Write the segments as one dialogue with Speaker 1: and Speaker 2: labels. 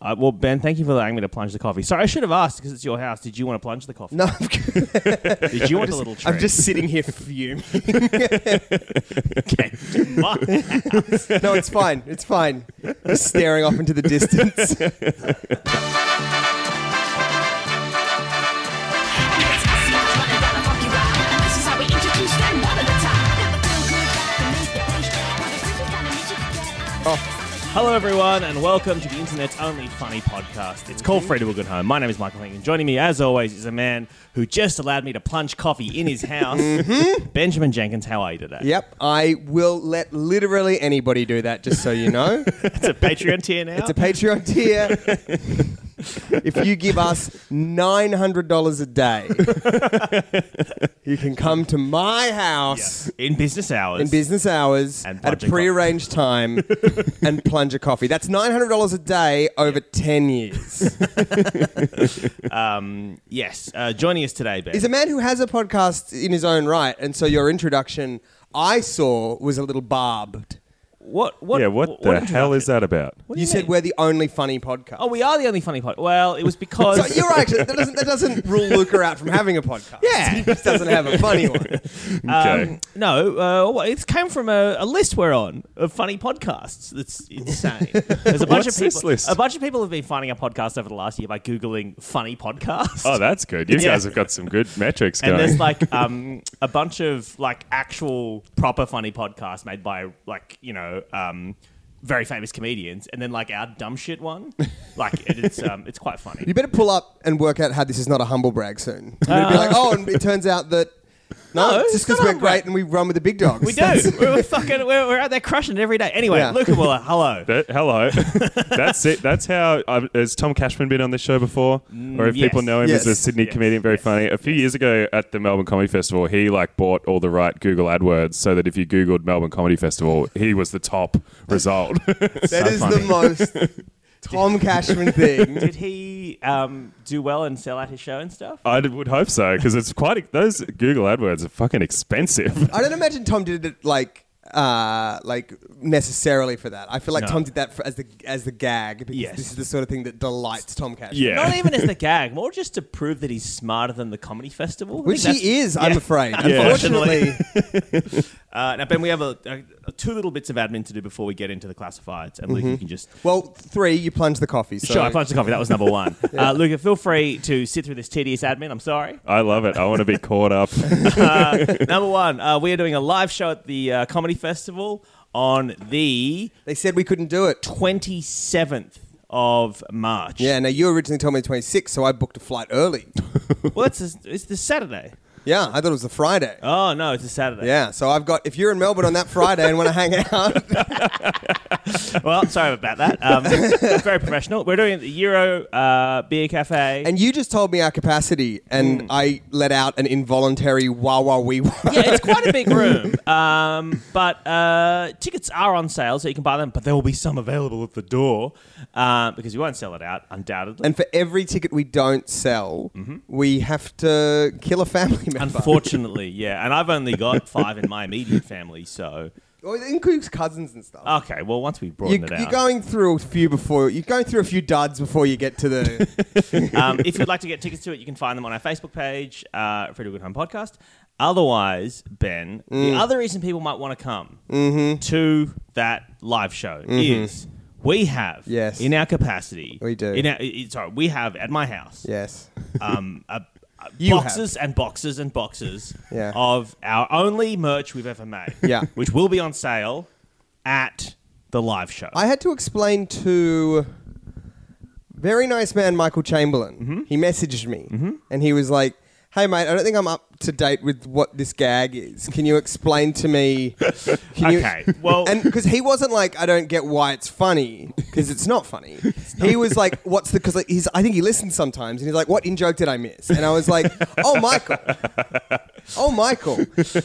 Speaker 1: Uh, well, Ben, thank you for allowing me to plunge the coffee. Sorry, I should have asked because it's your house. Did you want to plunge the coffee?
Speaker 2: No, I'm, good.
Speaker 1: Did you want a little treat?
Speaker 2: I'm just sitting here fuming.
Speaker 1: okay.
Speaker 2: No, it's fine. It's fine. Just staring off into the distance.
Speaker 1: Hello, everyone, and welcome to the internet's only funny podcast. It's called Free to a Good Home. My name is Michael Hingham. Joining me, as always, is a man who just allowed me to plunge coffee in his house. Benjamin Jenkins, how are you today?
Speaker 2: Yep, I will let literally anybody do that. Just so you know,
Speaker 1: It's a Patreon tier now.
Speaker 2: it's a Patreon tier. if you give us nine hundred dollars a day, you can come to my house.
Speaker 1: in business hours.
Speaker 2: In business hours
Speaker 1: And
Speaker 2: at
Speaker 1: plunge
Speaker 2: a
Speaker 1: a coffee.
Speaker 2: prearranged time and plunge a coffee. That's nine hundred dollars a day over ten years.
Speaker 1: Yes. Uh, joining us today, Ben.
Speaker 2: He's a man who has a podcast in his own right, and so your introduction I saw was a little barbed.
Speaker 1: what, what?
Speaker 3: yeah, what, the hell
Speaker 1: introduction?
Speaker 3: is that about?
Speaker 1: What do
Speaker 2: You, said
Speaker 1: mean?
Speaker 2: we're the only funny podcast.
Speaker 1: Oh, we are the only funny podcast. Well, it was because.
Speaker 2: So you're right. actually that doesn't that doesn't rule Luca out from having a podcast.
Speaker 1: Yeah.
Speaker 2: he just doesn't have a funny one.
Speaker 3: Okay.
Speaker 1: Um, no, uh, well, it came from a, a list we're on of funny podcasts. That's insane. There's a bunch
Speaker 3: What's
Speaker 1: of people.
Speaker 3: this list?
Speaker 1: A bunch of people have been finding a podcast over the last year by googling funny podcasts.
Speaker 3: oh, that's good. You
Speaker 1: Yeah.
Speaker 3: guys have got some good metrics
Speaker 1: and
Speaker 3: going.
Speaker 1: there's like um, a bunch of like actual proper funny podcasts made by like you know um, very famous comedians, and then like our dumb shit one. Like it, it's um, it's quite funny.
Speaker 2: You better pull up and work out how this is not a humble brag soon. You're gonna be like, oh, and it turns out that no,
Speaker 1: No,
Speaker 2: it's just
Speaker 1: it's not
Speaker 2: because we're
Speaker 1: humble brag.
Speaker 2: great and we run with the big dogs.
Speaker 1: We do. We're fucking. We're, we're out there crushing it every day. Anyway,
Speaker 2: Yeah.
Speaker 1: Luca Muller, hello.
Speaker 3: That- hello. that's it. That's how. I've, has Tom Cashman been on this show before? Or if
Speaker 1: Mm, yes.
Speaker 3: people know him as a
Speaker 2: Yes.
Speaker 3: Sydney
Speaker 1: Yes.
Speaker 3: comedian, very
Speaker 1: Yes.
Speaker 3: funny. A few years ago at the Melbourne Comedy Festival, he like bought all the right Google AdWords so that if you Googled Melbourne Comedy Festival, he was the top result.
Speaker 2: That is the most Tom Cashman thing.
Speaker 1: Did he um, do well and sell out his show and stuff?
Speaker 3: I would hope so because it's quite. Those Google AdWords are fucking expensive.
Speaker 2: I don't imagine Tom did it like uh like necessarily for that. I feel like
Speaker 1: No.
Speaker 2: Tom did that for, as the as the gag because
Speaker 1: Yes.
Speaker 2: this is the sort of thing that delights Tom Cashman.
Speaker 3: Yeah.
Speaker 1: Not even as the gag, more just to prove that he's smarter than the comedy festival. I
Speaker 2: Which
Speaker 1: think
Speaker 2: he
Speaker 1: that's-
Speaker 2: is, I'm
Speaker 1: Yeah.
Speaker 2: afraid.
Speaker 3: Yeah.
Speaker 2: Unfortunately,
Speaker 1: Uh, now, Ben, we have a, a, a- two little bits of admin to do before we get into the classifieds, and
Speaker 2: Mm-hmm.
Speaker 1: Luke, you can just.
Speaker 2: well, three, you plunge the coffee. So
Speaker 1: Sure, I punched the coffee. That was number one. uh, Luca, feel free to sit through this tedious admin. I'm sorry.
Speaker 3: I love it. I want to be caught up.
Speaker 1: Uh, number one, uh, we are doing a live show at the uh, comedy festival on the
Speaker 2: They said we couldn't do it.
Speaker 1: 27th of March.
Speaker 2: Yeah, now you originally told me the 26th, so I booked a flight early.
Speaker 1: Well, it's a, it's this Saturday.
Speaker 2: Yeah, I thought it was a Friday.
Speaker 1: Oh no, it's a Saturday.
Speaker 2: Yeah, so I've got, if you're in Melbourne on that Friday and want to hang out,
Speaker 1: Well, sorry about that. Um, very professional. We're doing it at the Euro uh, Beer Cafe.
Speaker 2: and you just told me our capacity, and
Speaker 1: Hmm.
Speaker 2: I let out an involuntary wah wah wee wah.
Speaker 1: yeah, it's quite a big room. Um, but uh, tickets are on sale, so you can buy them. But there will be some available at the door uh, because we won't sell it out, undoubtedly.
Speaker 2: And for every ticket we don't sell,
Speaker 1: Mm-hmm.
Speaker 2: we have to kill a family member.
Speaker 1: Unfortunately, yeah. And I've only got five in my immediate family, so
Speaker 2: Or it includes cousins and stuff.
Speaker 1: okay. Well, once we broaden
Speaker 2: you,
Speaker 1: Oh, it
Speaker 2: you're
Speaker 1: out,
Speaker 2: going through a few before, you're going through a few duds before you get to the
Speaker 1: um, if you'd like to get tickets to it, you can find them on our Facebook page, uh, Free to Good Home Podcast. Otherwise, Ben,
Speaker 2: Mm.
Speaker 1: the other reason people might want to come
Speaker 2: Mm-hmm.
Speaker 1: to that live show is we have,
Speaker 2: Yes.
Speaker 1: in our capacity,
Speaker 2: We do.
Speaker 1: In our, i- i- sorry, we have at my house,
Speaker 2: Yes.
Speaker 1: um, a, a
Speaker 2: You
Speaker 1: boxes and boxes and boxes
Speaker 2: Yeah.
Speaker 1: of our only merch we've ever made,
Speaker 2: Yeah.
Speaker 1: which will be on sale at the live show.
Speaker 2: I had to explain to very nice man Michael Chamberlain.
Speaker 1: Mm-hmm.
Speaker 2: He messaged me and he was like, "Hey mate, I don't think I'm up to date with what this gag is. Can you explain to me?" Can you-
Speaker 1: okay, well,
Speaker 2: and because he wasn't like, I don't get why it's funny because it's not funny. He was like, "What's the?" Because like, he's, I think he listens sometimes, and he's like, "What in joke did I miss?" And I was like, "Oh, Michael, oh, Michael,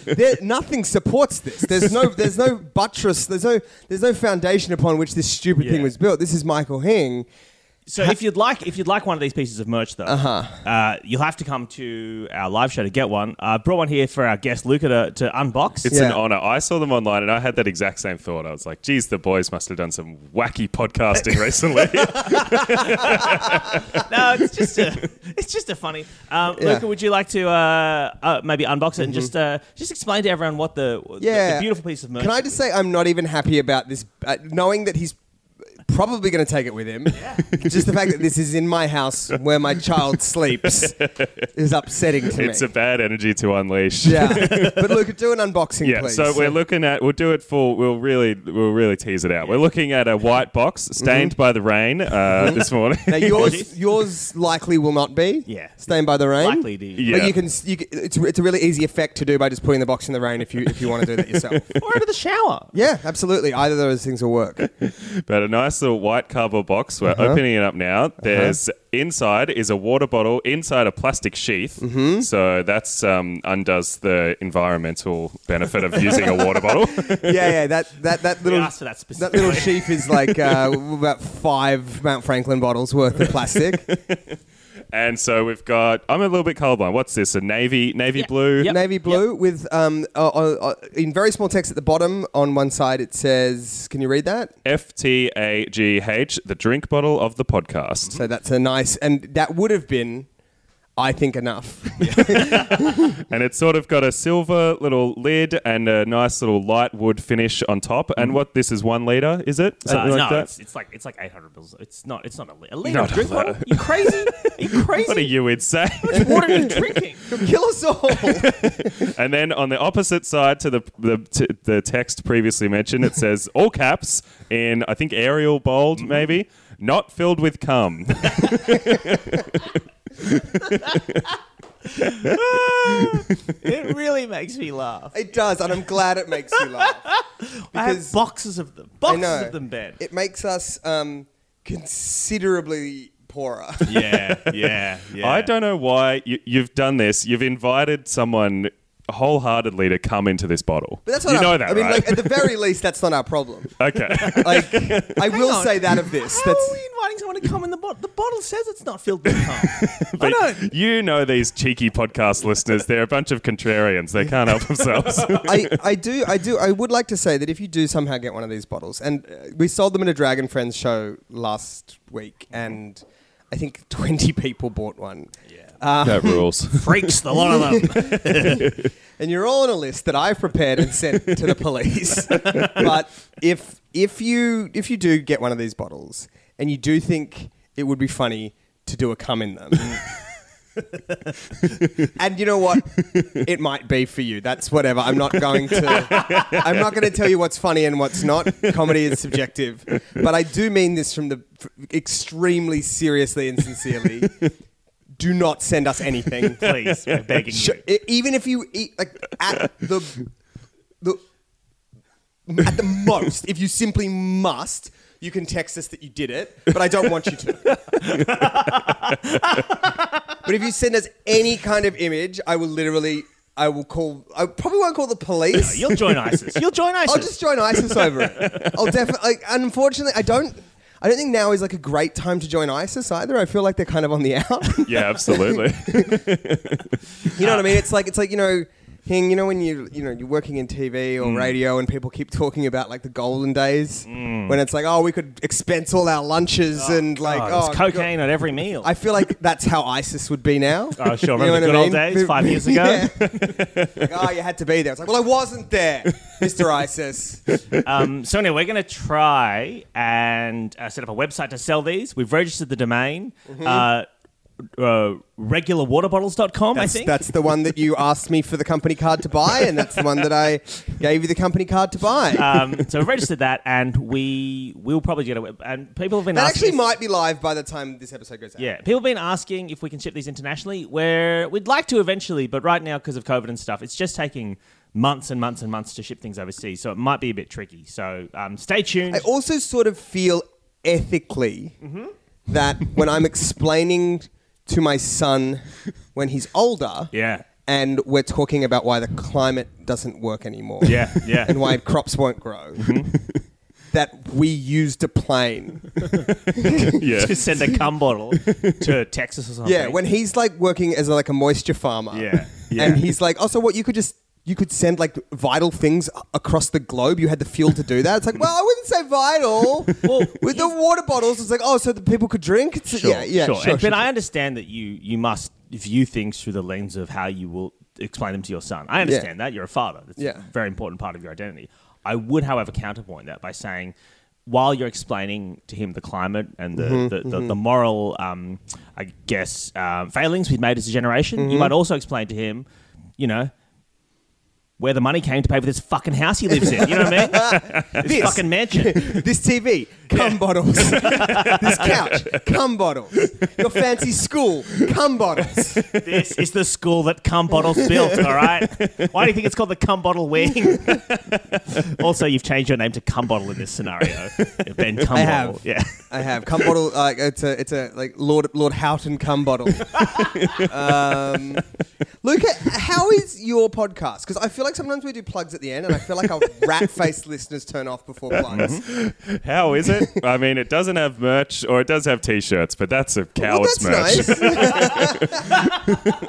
Speaker 2: there, nothing supports this. There's no, there's no buttress, there's no, there's no foundation upon which this stupid
Speaker 1: Yeah.
Speaker 2: thing was built. This is Michael Hing."
Speaker 1: So if you'd like, if you'd like one of these pieces of merch, though, uh-huh. you'll have to come to our live show to get one. I brought one here for our guest Luca to, to unbox.
Speaker 3: It's an
Speaker 2: Yeah.
Speaker 3: honor. I saw them online and I had that exact same thought. I was like, geez, the boys must have done some wacky podcasting recently.
Speaker 1: no, it's just a, it's just a funny. Um,
Speaker 2: Yeah. Mm-hmm.
Speaker 1: Luca, would you like to uh, uh, maybe unbox it and just uh, just explain to everyone what the what the-
Speaker 2: Yeah.
Speaker 1: the, beautiful piece of merch?
Speaker 2: Can I just say I'm not even happy about this, uh, knowing that he's probably going to take it with him. just the fact that this is in my house where my child sleeps is upsetting to
Speaker 3: it's
Speaker 2: me.
Speaker 3: a bad energy to unleash.
Speaker 2: yeah, but look, do an unboxing,
Speaker 3: Yeah,
Speaker 2: please.
Speaker 3: so we're looking at we'll do it for we'll really we'll really tease it out. We're looking at a white box stained by the rain uh, this morning.
Speaker 2: Mm-hmm. now yours, yours likely will not be.
Speaker 1: Yeah.
Speaker 2: staying by the rain.
Speaker 1: likely to
Speaker 3: Yeah.
Speaker 2: But you can, s- you can it's, it's a really easy effect to do by just putting the box in the rain if you if you want to do that yourself.
Speaker 1: or over the shower?
Speaker 2: yeah, absolutely. Either of those things will work.
Speaker 3: But a nice little white cardboard box.
Speaker 2: Uh-huh.
Speaker 3: We're opening it up now. There's inside is a water bottle inside a plastic sheath.
Speaker 2: Mm-hmm.
Speaker 3: So that's um, undoes the environmental benefit of using a water bottle.
Speaker 2: Yeah, yeah. That that that
Speaker 1: We
Speaker 2: little
Speaker 1: asked for that
Speaker 2: That
Speaker 1: specifically.
Speaker 2: little sheaf is like uh, about five Mount Franklin bottles worth of plastic.
Speaker 3: and so we've got. I'm a little bit colorblind. What's this? A navy navy
Speaker 1: Yeah.
Speaker 3: blue.
Speaker 1: Yep.
Speaker 2: Navy blue with, um, uh, uh, uh, in very small text at the bottom on one side, it says, can you read that?
Speaker 3: F T A G H, the drink bottle of the podcast.
Speaker 2: So that's a nice, and that would have been, I think, enough.
Speaker 3: And it's sort of got a silver little lid and a nice little light wood finish on top. And what this is one liter, is it?
Speaker 1: Mm-hmm. Uh,
Speaker 3: Something
Speaker 1: no,
Speaker 3: like that.
Speaker 1: it's, it's like it's like eight hundred bills. It's not. It's not a, li- a liter
Speaker 3: Not
Speaker 1: of drink
Speaker 3: a
Speaker 1: bottle.
Speaker 3: liter.
Speaker 1: You crazy? Are you
Speaker 3: what are
Speaker 1: crazy?
Speaker 3: you insane?
Speaker 1: How much water are you drinking?
Speaker 2: Kill us all.
Speaker 3: and then on the opposite side to the the, to the text previously mentioned, it says all caps in I think Arial bold
Speaker 1: Mm-hmm.
Speaker 3: maybe, not filled with cum.
Speaker 1: It really makes me laugh.
Speaker 2: it does, and I'm glad it makes you laugh.
Speaker 1: I have
Speaker 2: Because-
Speaker 1: boxes of them. Boxes
Speaker 2: know.
Speaker 1: of them, Ben.
Speaker 2: It makes us um, considerably poorer.
Speaker 1: yeah, yeah, yeah.
Speaker 3: I don't know why you, you've done this. You've invited someone wholeheartedly to come into this bottle.
Speaker 2: But that's not
Speaker 3: you
Speaker 2: our-
Speaker 3: know that,
Speaker 2: I mean,
Speaker 3: right?
Speaker 2: like, at the very least, that's not our problem.
Speaker 3: okay.
Speaker 2: Like, I will
Speaker 1: on.
Speaker 2: say that of this.
Speaker 1: How
Speaker 2: That's
Speaker 1: are we inviting someone to come in the bottle? The bottle says it's not filled with cum. I
Speaker 3: But
Speaker 1: don't.
Speaker 3: You know these cheeky podcast listeners. They're a bunch of contrarians. They can't help themselves.
Speaker 2: I, I do I do I would like to say that if you do somehow get one of these bottles, and uh, we sold them in a Dragon Friends show last week, and I think twenty people bought one, Uh,
Speaker 3: that rules.
Speaker 1: Freaks, the lot of them.
Speaker 2: and you're all on a list that I've prepared and sent to the police. but if if you if you do get one of these bottles, and you do think it would be funny to do a cum in them. and you know what? It might be for you. That's whatever. I'm not going to. I'm not going to tell you what's funny and what's not. Comedy is subjective, but I do mean this from the f- extremely seriously and sincerely. Do not send us anything.
Speaker 1: Please, we're begging
Speaker 2: Sh-
Speaker 1: you.
Speaker 2: e- even if you eat like at the the at the most, if you simply must, you can text us that you did it, but I don't want you to. but if you send us any kind of image, I will literally, I will call. I probably won't call the police.
Speaker 1: You'll join ISIS. You'll join ISIS.
Speaker 2: I'll just join ISIS over it. I'll definitely. Like, unfortunately, I don't. I don't think now is like a great time to join ISIS either. I feel like they're kind of on the out.
Speaker 3: yeah, absolutely.
Speaker 2: You know what I mean? It's like it's like you know, Hing. You know when you you know you're working in TV or
Speaker 1: Mm.
Speaker 2: radio and people keep talking about like the golden days when it's like oh we could expense all our lunches and like
Speaker 1: Mm. Oh,
Speaker 2: oh
Speaker 1: there's cocaine at every meal.
Speaker 2: I feel like that's how ISIS would be now.
Speaker 1: Oh, sure.
Speaker 2: You know
Speaker 1: Remember the
Speaker 2: what
Speaker 1: good
Speaker 2: I
Speaker 1: old
Speaker 2: mean?
Speaker 1: days five years ago?
Speaker 2: Yeah. like, oh, you had to be there. It's like, well, I wasn't there, Mr. ISIS.
Speaker 1: Um, so anyway, we're going to try and uh, set up a website to sell these. We've registered the domain. Uh, uh, regularwaterbottles.com, I
Speaker 2: That's,
Speaker 1: think.
Speaker 2: that's the one that you asked me for the company card to buy, and that's the one that I gave you the company card to buy.
Speaker 1: um, so we've registered that, and we will probably get a web. And people have been
Speaker 2: that
Speaker 1: asking.
Speaker 2: actually might be live by the time this episode goes out.
Speaker 1: Yeah, people have been asking if we can ship these internationally. Where we'd like to eventually, but right now because of COVID and stuff, it's just taking months and months and months to ship things overseas. So it might be a bit tricky. So um, stay tuned.
Speaker 2: I also sort of feel ethically
Speaker 1: Mm-hmm.
Speaker 2: that when I'm explaining to my son when he's older,
Speaker 1: Yeah.
Speaker 2: and we're talking about why the climate doesn't work anymore,
Speaker 1: yeah, yeah. Mm-hmm.
Speaker 2: and why crops won't grow, that we used to plane.
Speaker 3: yeah.
Speaker 1: to send a cum bottle to Texas or something.
Speaker 2: Yeah, when he's like working as like a moisture farmer.
Speaker 1: Yeah, yeah.
Speaker 2: And he's like, oh, so what? You could just you could send like vital things a- across the globe. You had the fuel to do that. It's like, well, I wouldn't say vital.
Speaker 1: Well,
Speaker 2: with the water bottles, it's like, oh, so the people could drink. It's,
Speaker 1: Sure,
Speaker 2: yeah, yeah,
Speaker 1: sure.
Speaker 2: sure,
Speaker 1: And-
Speaker 2: sure,
Speaker 1: but I understand that you you must view things through the lens of how you will explain them to your son. I understand that you're a father. That's
Speaker 2: Yeah.
Speaker 1: a very important part of your identity. I would, however, counterpoint that by saying, while you're explaining to him the climate and the
Speaker 2: Mm-hmm,
Speaker 1: the, the, the moral, um, I guess, um, failings we've made as a generation,
Speaker 2: Mm-hmm.
Speaker 1: you might also explain to him, you know. Where the money came to pay for this fucking house he lives in, you know what I mean? this fucking mansion.
Speaker 2: this TV, cum bottles. this couch, cum bottles. Your fancy school, cum bottles.
Speaker 1: This is the school that cum bottles built, all right? Why do you think it's called the cum bottle wing? also, you've changed your name to cum bottle in this scenario. Ben cum
Speaker 2: I
Speaker 1: bottle.
Speaker 2: have.
Speaker 1: Yeah.
Speaker 2: I have cum bottle. Like it's a, it's a like Lord Lord Houghton cum bottle. um, Luca, how is your podcast? Because I feel like sometimes we do plugs at the end, and I feel like our rat faced listeners turn off before
Speaker 3: Mm-hmm.
Speaker 2: plugs.
Speaker 3: How is it? I mean, it doesn't have merch, or it does have T-shirts, but that's a
Speaker 2: Well,
Speaker 3: coward's
Speaker 2: that's
Speaker 3: merch.
Speaker 2: nice.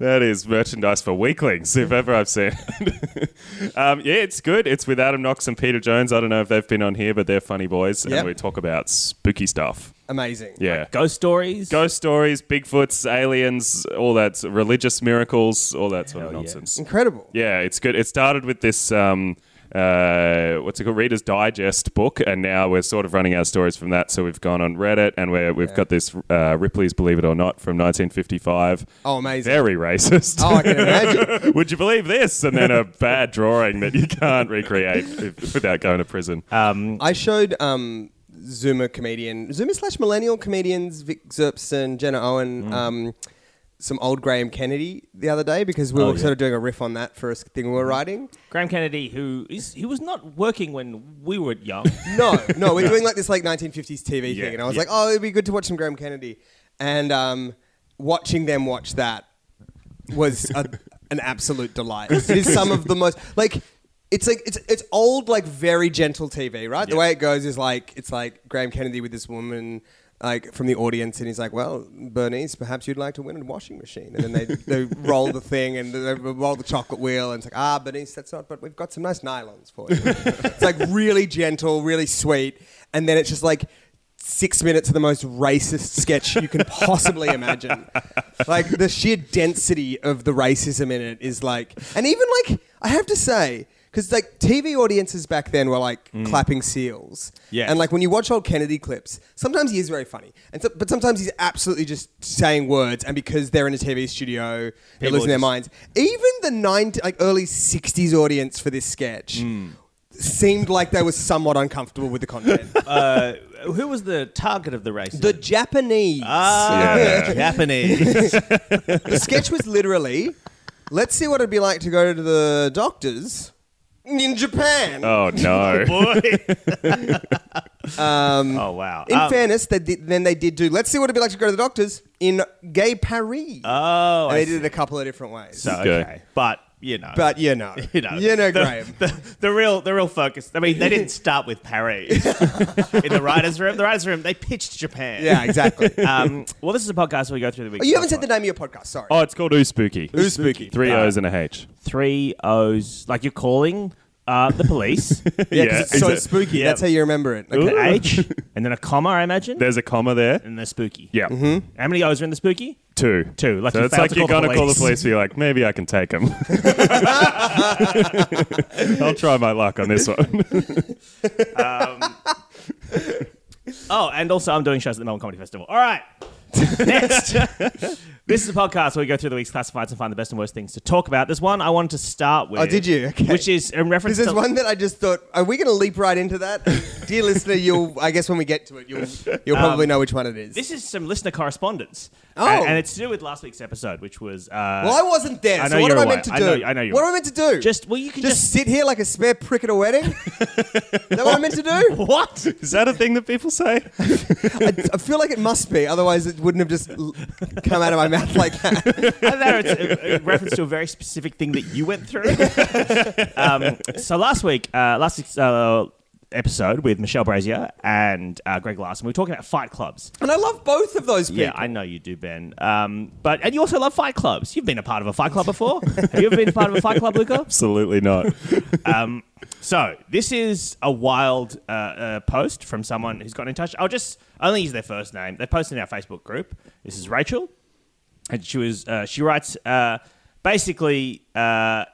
Speaker 3: That is merchandise for weaklings, if ever I've seen. it. um, yeah, it's good. It's with Adam Knox and Peter Jones. I don't know if they've been on here, but they're funny boys,
Speaker 2: Yep.
Speaker 3: and we talk about spooky stuff.
Speaker 2: Amazing.
Speaker 3: Yeah.
Speaker 1: Ghost stories.
Speaker 3: Ghost stories, Bigfoots, aliens, all that, religious miracles, all that sort of
Speaker 1: Hell yeah.
Speaker 3: nonsense.
Speaker 2: Incredible.
Speaker 3: Yeah, it's good. It started with this. Um, uh, what's it called? Reader's Digest book, and now we're sort of running out of stories from that. So we've gone on Reddit, and we're, we've got this uh, Ripley's Believe It or Not from 1955.
Speaker 2: Oh, amazing.
Speaker 3: Very racist.
Speaker 2: Oh, I can imagine.
Speaker 3: Would you believe this? And then a bad drawing that you can't recreate if, without going to prison.
Speaker 2: I showed um, Zoomer comedian, Zoomer slash millennial comedians Vic Zerpson, Jenna Owen,
Speaker 3: Mm.
Speaker 2: um, some old Graham Kennedy the other day because we
Speaker 1: Oh,
Speaker 2: were
Speaker 1: yeah.
Speaker 2: sort of doing a riff on that for a thing
Speaker 3: Mm.
Speaker 2: we were writing.
Speaker 1: Graham Kennedy, who is he was not working when we were young.
Speaker 2: No, no, we're doing like this like 1950s TV
Speaker 1: Yeah,
Speaker 2: thing, and I was
Speaker 1: yeah.
Speaker 2: like, oh, it'd be good to watch some Graham Kennedy, and um, watching them watch that was a, an absolute delight. It is some of the most like. It's like it's it's old like very gentle TV, right? The
Speaker 1: Yeah.
Speaker 2: way it goes is like it's like Graham Kennedy with this woman like from the audience, and he's like, "Well, Bernice, perhaps you'd like to win a washing machine." And then they, they roll the thing and they roll the chocolate wheel, and it's like, "Ah, Bernice, that's not." But we've got some nice nylons for you. it's like really gentle, really sweet, and then it's just like six minutes of the most racist sketch you can possibly imagine. like the sheer density of the racism in it is like, and even like I have to say, because like TV audiences back then were like
Speaker 1: Mm.
Speaker 2: clapping seals,
Speaker 1: Yeah.
Speaker 2: and like when you watch old Kennedy clips, sometimes he is very funny, and so, but sometimes he's absolutely just saying words, and because they're in a TV studio, they're
Speaker 1: People are
Speaker 2: losing their
Speaker 1: just-
Speaker 2: minds. Even the nine, like early '60s audience for this sketch.
Speaker 1: Mm.
Speaker 2: Seemed like they were somewhat uncomfortable with the content.
Speaker 1: Uh, who was the target of the race?
Speaker 2: The Japanese.
Speaker 1: ah,
Speaker 3: Yeah.
Speaker 1: Japanese.
Speaker 2: The sketch was literally, let's see what it'd be like to go to the doctors in Japan.
Speaker 3: oh, no.
Speaker 1: Boy. oh wow.
Speaker 2: In
Speaker 1: Um,
Speaker 2: fairness, they did, then they did do, let's see what it'd be like to go to the doctors in gay Paris.
Speaker 1: oh, I
Speaker 2: and they
Speaker 1: see.
Speaker 2: did it a couple of different ways.
Speaker 1: So,
Speaker 3: Okay.
Speaker 1: okay. But you know.
Speaker 2: But you know,
Speaker 1: you know, the,
Speaker 2: Graham.
Speaker 1: The, the real, the real focus. I mean, they didn't start with Paris in the writers' room. The writers' room, they pitched Japan.
Speaker 2: yeah, exactly.
Speaker 1: Um, well, this is a podcast where we go through the week.
Speaker 2: Oh, you haven't said the name of your podcast, sorry.
Speaker 3: Oh, it's called Ooh Spooky.
Speaker 2: Ooh Spooky.
Speaker 3: Three
Speaker 1: Uh,
Speaker 3: O's and a H.
Speaker 1: three O's. Like you're calling uh, the police.
Speaker 2: yeah, 'cause it's so
Speaker 3: exa-
Speaker 2: spooky.
Speaker 1: Yeah.
Speaker 2: That's how you remember it.
Speaker 1: an
Speaker 2: Okay.
Speaker 1: H, and then a comma, I imagine,
Speaker 3: There's a comma there.
Speaker 1: and they're spooky.
Speaker 3: Yeah.
Speaker 2: Mm-hmm.
Speaker 1: How many O's are in the spooky?
Speaker 3: Two.
Speaker 1: Two. Like
Speaker 3: so
Speaker 1: you
Speaker 3: it's
Speaker 1: failed
Speaker 3: like
Speaker 1: to
Speaker 3: you're
Speaker 1: call the
Speaker 3: gonna call the
Speaker 1: police.
Speaker 3: police. You're like, maybe I can take them. I'll try my luck on this one.
Speaker 1: Oh, and also I'm doing shows at the Melbourne Comedy Festival. All right. Next. this is a podcast where we go through the week's classifieds and find the best and worst things to talk about. There's one I wanted to start with.
Speaker 2: Oh, did you? Okay.
Speaker 1: Which is in reference
Speaker 2: Because there's
Speaker 1: to
Speaker 2: one that I just thought, are we going to leap right into that? Dear listener, you'll, I guess when we get to it, you'll, you'll probably know which one it is.
Speaker 1: Um, This is some listener correspondence. Uh,
Speaker 2: Oh.
Speaker 1: And, and it's to do with last week's episode, which was. Uh,
Speaker 2: Well, I wasn't there,
Speaker 1: I
Speaker 2: so
Speaker 1: know
Speaker 2: what
Speaker 1: you're
Speaker 2: am I
Speaker 1: away.
Speaker 2: meant to
Speaker 1: I
Speaker 2: do?
Speaker 1: know- I know you're
Speaker 2: What am I
Speaker 1: away.
Speaker 2: meant to do?
Speaker 1: Just. Well, you can
Speaker 2: just,
Speaker 1: just.
Speaker 2: sit here like a spare prick at a wedding? Is that what I'm meant to do?
Speaker 1: what?
Speaker 3: Is that a thing that people say?
Speaker 2: I, I feel like it must be, otherwise it wouldn't have just l- come out of my mouth like that.
Speaker 1: I don't know. It's a, a reference to a very specific thing that you went through. um, so last week, uh, last week's, uh, episode with Michelle Brazier and uh, Greg Larson. We were talking about fight clubs.
Speaker 2: And I love both of those people.
Speaker 1: Yeah, I know you do, Ben. Um, but and you also love fight clubs. You've been a part of a fight club before. Have you ever been a part of a fight club, Luca?
Speaker 3: Absolutely not.
Speaker 1: So this is a wild uh, uh, post from someone who's got in touch. I'll just only use their first name. They posted in our Facebook group. This is Rachel, and she was uh, she writes uh, basically uh,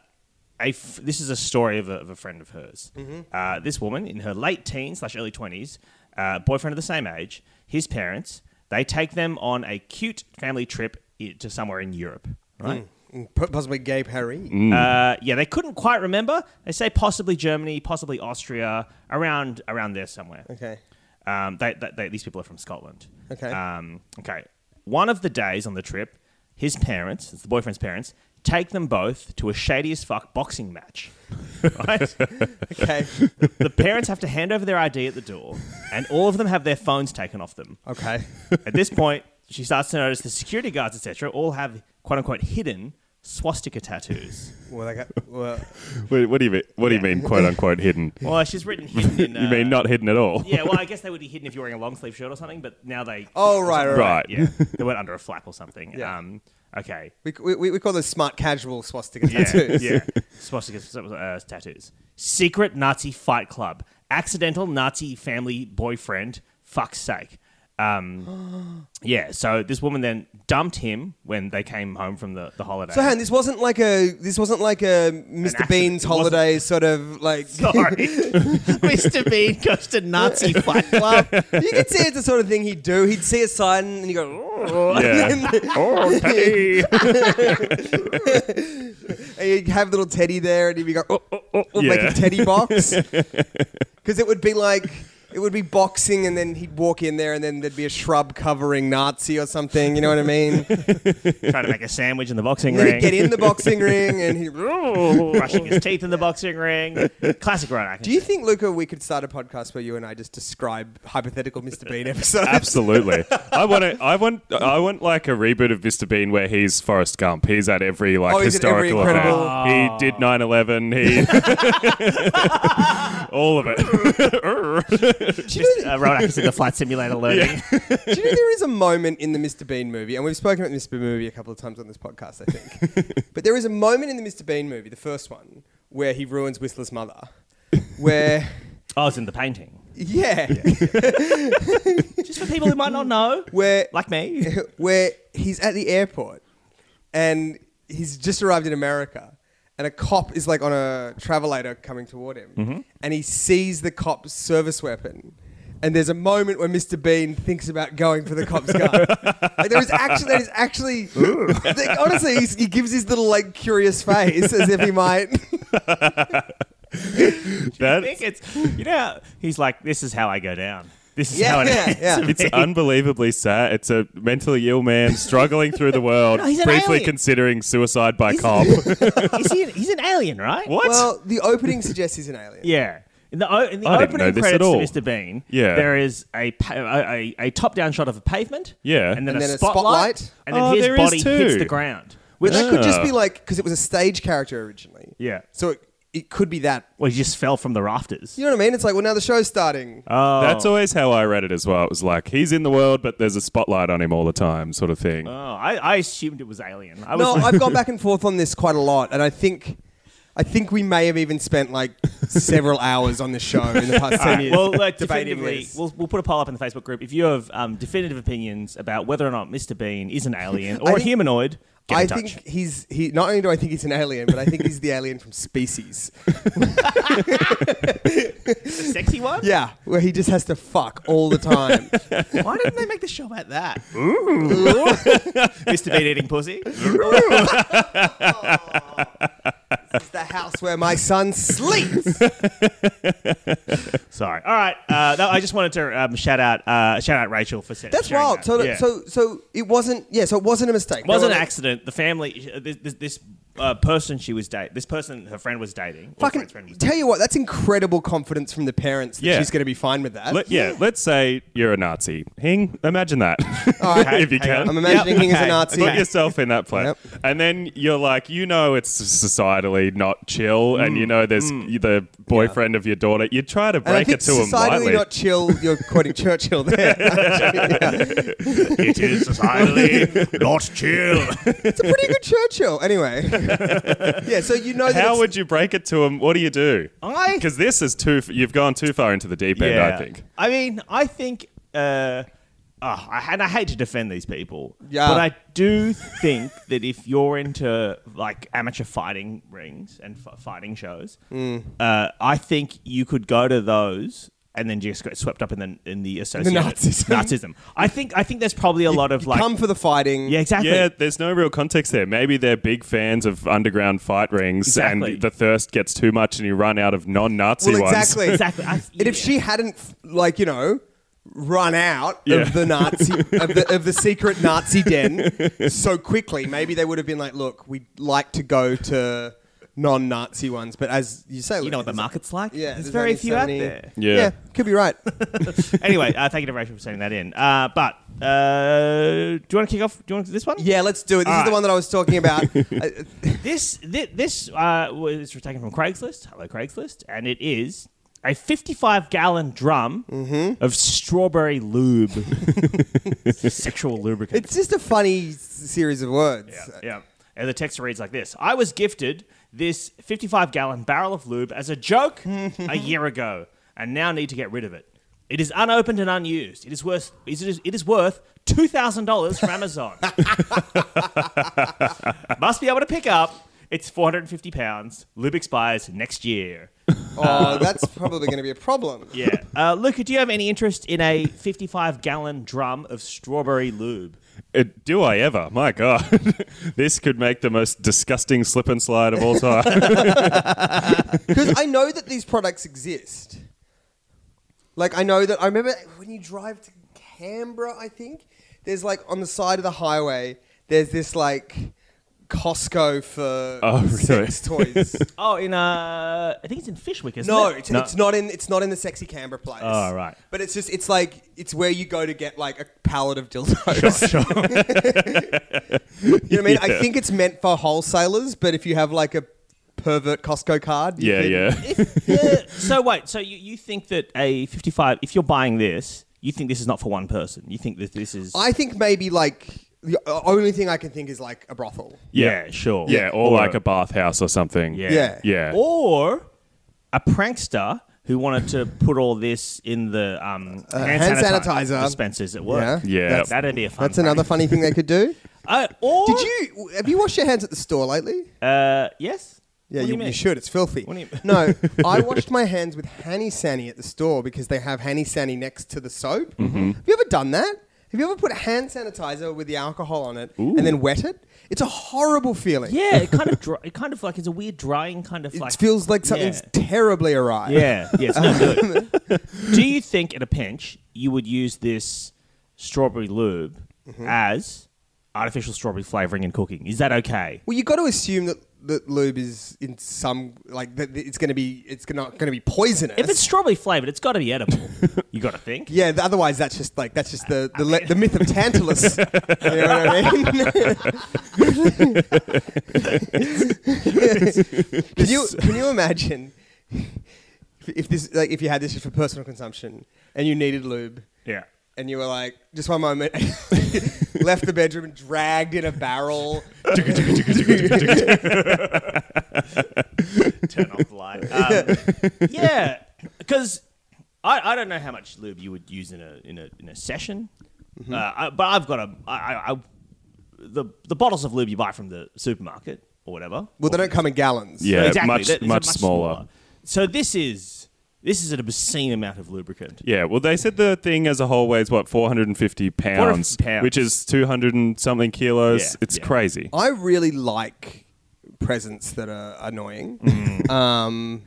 Speaker 1: a f- this is a story of a, of a friend of hers. Uh, this woman in her late teens slash early twenties, uh, boyfriend of the same age. His parents they take them on a cute family trip i- to somewhere in Europe. Right.
Speaker 2: P- Mm, Possibly Gay Paris.
Speaker 1: Uh, yeah, they couldn't quite remember. They say possibly Germany, possibly Austria, around around there somewhere.
Speaker 2: Okay.
Speaker 1: Um, they, they, they, these people are from Scotland.
Speaker 2: Okay.
Speaker 1: Um, okay. One of the days on the trip, his parents, it's the boyfriend's parents, take them both to a shady as fuck boxing match. Right?
Speaker 2: Okay.
Speaker 1: the parents have to hand over their ID at the door, and all of them have their phones taken off them.
Speaker 2: okay.
Speaker 1: At this point, she starts to notice the security guards, etc., all have quote unquote hidden swastika tattoos.
Speaker 2: Well, they got, well,
Speaker 3: Wait, what do you mean? What do you mean? Quote unquote hidden.
Speaker 1: Well, she's written hidden in. Uh,
Speaker 3: you mean not hidden at all?
Speaker 1: Yeah, well, I guess they would be hidden if you're wearing a long sleeve shirt or something, but now they.
Speaker 2: oh, right, right. right.
Speaker 3: Right.
Speaker 1: Yeah, they went under a flap or something.
Speaker 2: Yeah.
Speaker 1: Um, okay.
Speaker 2: We, we, we call those smart casual swastika
Speaker 1: Yeah,
Speaker 2: tattoos.
Speaker 1: yeah. Swastika uh, tattoos. Secret Nazi fight club. Accidental Nazi family boyfriend. Fuck's sake. Um, yeah. So this woman then dumped him when they came home from the, the holiday.
Speaker 2: So, Han, this wasn't like a this wasn't like a Mr.
Speaker 1: accident.
Speaker 2: Bean's
Speaker 1: It
Speaker 2: holiday sort of like.
Speaker 1: Sorry, Mr. Bean goes to Nazi fight club.
Speaker 2: you could see it's the sort of thing he'd do. He'd see a sign and you go, "Oh,"
Speaker 3: Yeah. oh, okay.
Speaker 2: and you'd have little teddy there, and he'd be go, oh, oh, oh, oh, make
Speaker 3: Yeah.
Speaker 2: a teddy box, because it would be like it would be boxing, and then he'd walk in there, and then there'd be a shrub covering Nazi or something. You know what I mean?
Speaker 1: Trying to make a sandwich in the boxing
Speaker 2: And then he'd
Speaker 1: ring.
Speaker 2: get in the boxing ring, and he.
Speaker 1: brushing his teeth in the boxing ring. Classic Ron Atkinson.
Speaker 2: Do you think, Luca, we could start a podcast where you and I just describe hypothetical Mr. Bean episodes?
Speaker 3: Absolutely. I want to. I want. I want like a reboot of Mr. Bean where he's Forrest Gump. He's at every like
Speaker 2: Oh, he's at every
Speaker 3: historical
Speaker 2: incredible- Ah.
Speaker 3: event. He did 9/11. He all of it.
Speaker 2: Do you, know,
Speaker 1: uh, Ron Atkinson, the flight simulator learning.
Speaker 2: do you know there is a moment in the Mr. Bean movie, and we've spoken about the Mr. Bean movie a couple of times on this podcast, I think. but there is a moment in the Mr. Bean movie, the first one, where he ruins Whistler's mother. Where,
Speaker 1: Oh, it's in the painting.
Speaker 2: yeah,
Speaker 1: Just for people who might not know,
Speaker 2: where,
Speaker 1: like me.
Speaker 2: where he's at the airport, and he's just arrived in America. And a cop is like on a travelator coming toward him,
Speaker 1: Mm-hmm.
Speaker 2: and he sees the cop's service weapon. And there's a moment where Mr. Bean thinks about going for the cop's gun. like there is actually, there is actually, like, honestly, he's, he gives his little like curious face as if he might.
Speaker 1: I think
Speaker 3: That
Speaker 1: it's you know how- he's like this is how I go down. This is
Speaker 2: Yeah,
Speaker 1: how it
Speaker 2: yeah,
Speaker 1: ends.
Speaker 2: yeah.
Speaker 3: it's unbelievably sad. It's a mentally ill man struggling through the world,
Speaker 1: No, he's an
Speaker 3: briefly
Speaker 1: alien.
Speaker 3: considering suicide by cop.
Speaker 1: Is he an- he's an alien, right?
Speaker 3: what?
Speaker 2: well, the opening suggests he's an alien.
Speaker 1: Yeah. In the, o- in the
Speaker 3: I didn't know
Speaker 1: opening
Speaker 3: this
Speaker 1: credits
Speaker 3: at all.
Speaker 1: to Mr. Bean,
Speaker 3: Yeah.
Speaker 1: there is a, pa- a, a, a top-down shot of a pavement,
Speaker 3: Yeah.
Speaker 1: and then,
Speaker 2: And
Speaker 1: a,
Speaker 2: then a
Speaker 1: spotlight,
Speaker 2: spotlight.
Speaker 1: and then
Speaker 3: Oh,
Speaker 1: his
Speaker 3: there is
Speaker 1: body hits
Speaker 3: too.
Speaker 1: the ground.
Speaker 2: But
Speaker 1: Which,
Speaker 2: that could just
Speaker 3: Ah.
Speaker 2: be like because it was a stage character originally.
Speaker 1: yeah,
Speaker 2: So it, it could be that.
Speaker 1: well, he just fell from the rafters.
Speaker 2: You know what I mean? It's like, well, now the show's starting.
Speaker 1: Oh,
Speaker 3: That's always how I read it as well. It was like he's in the world, but there's a spotlight on him all the time, sort of thing.
Speaker 1: oh I, I assumed it was alien. I was
Speaker 2: No,
Speaker 1: like,
Speaker 2: I've gone back and forth on this quite a lot, and I think, I think we may have even spent like several hours on this show in the past ten years.
Speaker 1: well, like,
Speaker 2: debating
Speaker 1: definitively,
Speaker 2: this.
Speaker 1: we'll, we'll put a poll up in the Facebook group. If you have um, definitive opinions about whether or not Mr. Bean is an alien or a
Speaker 2: think-
Speaker 1: humanoid, get
Speaker 2: I
Speaker 1: in touch.
Speaker 2: think he's he. Not only do I think he's an alien, but I think he's the alien from Species.
Speaker 1: the sexy one.
Speaker 2: Yeah, where he just has to fuck all the time.
Speaker 1: Why didn't they make the show about that? Mr. Bean eating pussy.
Speaker 2: it's the house where my son sleeps.
Speaker 1: Sorry. All right. Uh, no, I just wanted to um, shout out uh, shout out Rachel for se-
Speaker 2: That's
Speaker 1: sharing
Speaker 2: wild.
Speaker 1: that.
Speaker 2: So,
Speaker 1: Yeah.
Speaker 2: so, so it wasn't. Yeah, so it wasn't a mistake.
Speaker 1: it was
Speaker 2: There
Speaker 1: an
Speaker 2: were-
Speaker 1: accident. The family, this this, this uh, person she was dating, this person her friend was dating, or
Speaker 2: Fucking
Speaker 1: friend's friend was dating.
Speaker 2: tell you what, that's incredible confidence from the parents that
Speaker 3: Yeah.
Speaker 2: she's going to be fine with that.
Speaker 3: Let, yeah, let's say you're a Nazi. Hing, imagine that.
Speaker 2: All right.
Speaker 3: if you
Speaker 1: hang
Speaker 3: can.
Speaker 1: on.
Speaker 2: I'm imagining
Speaker 1: Yep,
Speaker 2: him as a
Speaker 1: okay.
Speaker 2: Nazi.
Speaker 3: Put yourself in that place.
Speaker 2: Yep.
Speaker 3: And then you're like, you know, it's societally not chill, and
Speaker 1: Mm,
Speaker 3: you know, there's the boyfriend of your daughter. You try to
Speaker 2: And I
Speaker 3: break
Speaker 2: think
Speaker 3: it to him
Speaker 2: societally
Speaker 3: lightly.
Speaker 2: not chill. You're quoting Churchill there.
Speaker 4: It is societally not chill.
Speaker 2: It's a pretty good Churchill. Anyway, yeah. So you know that
Speaker 3: How
Speaker 2: it's-
Speaker 3: would you break it to him? What do you do?
Speaker 1: I
Speaker 3: Because this is too. f- You've gone too far into the deep end. I think.
Speaker 1: I mean, I think. Uh, oh, I, and I hate to defend these people,
Speaker 2: Yeah.
Speaker 1: but I do think that if you're into like amateur fighting rings and f- fighting shows,
Speaker 2: Mm.
Speaker 1: uh, I think you could go to those. And then just get swept up in the in the associated
Speaker 2: Nazism.
Speaker 1: Nazism. I think I think there's probably a lot of
Speaker 2: you
Speaker 1: like
Speaker 2: come for the fighting.
Speaker 1: yeah exactly
Speaker 3: Yeah, there's no real context there. Maybe they're big fans of underground fight rings,
Speaker 1: Exactly.
Speaker 3: and the thirst gets too much, and you run out of non-Nazi
Speaker 2: Well,
Speaker 3: ones.
Speaker 2: exactly.
Speaker 1: exactly. I,
Speaker 2: And if
Speaker 1: yeah.
Speaker 2: she hadn't, like you know, run out
Speaker 3: Yeah.
Speaker 2: of the Nazi of the of the secret Nazi den so quickly, maybe they would have been like, "Look, we'd like to go to non-Nazi ones," but as you say,
Speaker 1: you know what the
Speaker 2: there's-
Speaker 1: market's like,
Speaker 2: Yeah,
Speaker 1: there's very
Speaker 2: only
Speaker 1: few
Speaker 2: so
Speaker 1: out
Speaker 2: many-
Speaker 1: there.
Speaker 3: Yeah.
Speaker 2: could be right.
Speaker 1: anyway, uh, thank you to Rachel for sending that in. Uh, but uh, do you want to kick off? Do you want to this one?
Speaker 2: yeah, let's do it. This is the
Speaker 1: Alright.
Speaker 2: one that I was talking about. I-
Speaker 1: This this, this uh, was taken from Craigslist. Hello, Craigslist, and it is a 55 gallon drum of strawberry lube, sexual lubricant.
Speaker 2: it's just a funny s- series of words.
Speaker 1: yeah. And the text reads like this I was gifted this 55 gallon barrel of lube as a joke a year ago and now need to get rid of it. It is unopened and unused. It is worth, it is, it is worth $2,000 from Amazon. Must be able to pick up. It's 450 pounds. Lube expires next year.
Speaker 2: Oh, that's probably going to be a problem.
Speaker 1: Yeah. Uh, Luca, do you have any interest in a 55 gallon drum of strawberry lube?
Speaker 3: Uh, do I ever? My God, this could make the most disgusting slip and slide of all time.
Speaker 2: Because I know that these products exist. Like I know that I remember when you drive to Canberra, I think there's like on the side of the highway, there's this like Costco for
Speaker 3: Oh, really?
Speaker 2: sex toys.
Speaker 1: Oh, in, uh, I think it's in Fishwick, isn't
Speaker 2: no,
Speaker 1: it?
Speaker 2: it's, it's not in it's not in the sexy Canberra place.
Speaker 1: Oh, right.
Speaker 2: But it's just it's like it's where you go to get like a pallet of dildos. you know what I mean? I
Speaker 3: Yeah.
Speaker 2: think it's meant for wholesalers, but if you have like a pervert Costco card, you
Speaker 3: yeah,
Speaker 2: can-
Speaker 3: yeah.
Speaker 1: If, uh, so wait, so you, you think that a 55, if you're buying this, you think this is not for one person. You think that this is...
Speaker 2: I think maybe like the only thing I can think is like a brothel.
Speaker 1: yeah, sure.
Speaker 3: Yeah, or, like a bathhouse or something.
Speaker 1: Yeah.
Speaker 2: Yeah.
Speaker 3: Yeah.
Speaker 1: Or a prankster who wanted to put all this in the um, hand,
Speaker 2: hand
Speaker 1: sanitizer,
Speaker 2: sanitizer.
Speaker 1: dispensers at work.
Speaker 2: Yeah.
Speaker 3: Yeah. That's-
Speaker 1: That'd be a fun
Speaker 2: That's another funny thing they could do.
Speaker 1: Uh, or...
Speaker 2: Did you have you washed your hands at the store lately?
Speaker 1: Uh, yes?
Speaker 2: Yeah,
Speaker 1: What do
Speaker 2: you,
Speaker 1: mean?
Speaker 2: you should. It's filthy.
Speaker 1: What do you-
Speaker 2: no, I washed my hands with Hanny Sani at the store because they have Hanny Sani next to the soap. Have you ever done that? Have you ever put hand sanitizer with the alcohol on it and then wet it? It's a horrible feeling.
Speaker 1: Yeah, it kind of dry, it kind of like it's a weird drying kind of
Speaker 2: It
Speaker 1: like
Speaker 2: feels like something's
Speaker 1: Yeah.
Speaker 2: terribly awry.
Speaker 1: Yeah, yeah, it's not good. Do you think, at a pinch, you would use this strawberry lube
Speaker 2: Mm-hmm.
Speaker 1: as artificial strawberry flavoring in cooking? Is that okay?
Speaker 2: Well, you got to assume that, that lube is in some like that that it's going to be it's not going to be poisonous.
Speaker 1: If it's strawberry flavored, it's got to be edible. you got to think.
Speaker 2: yeah, th- otherwise that's just like that's just the the, le- the myth of Tantalus. you know what I mean? can you can you imagine if this like if you had this just for personal consumption and you needed lube
Speaker 1: Yeah.
Speaker 2: and you were like just one moment left the bedroom and dragged in a barrel
Speaker 1: Turn off the light. Um, yeah, because I, I don't know how much lube you would use in a in a in a session,
Speaker 2: Mm-hmm.
Speaker 1: uh, I, but I've got a I, I, I the the bottles of lube you buy from the supermarket or whatever.
Speaker 2: well they don't come in gallons
Speaker 3: Yeah.
Speaker 1: exactly.
Speaker 3: much-
Speaker 1: That- it's
Speaker 3: much smaller.
Speaker 1: So this is this is an obscene amount of lubricant.
Speaker 3: Yeah, well, they said the thing as a whole weighs what 450 pounds,
Speaker 1: 450 pounds.
Speaker 3: which is 200 and something kilos.
Speaker 1: Yeah,
Speaker 3: it's
Speaker 1: yeah.
Speaker 3: crazy.
Speaker 2: I really like presents that are annoying.
Speaker 1: Mm.
Speaker 2: Um,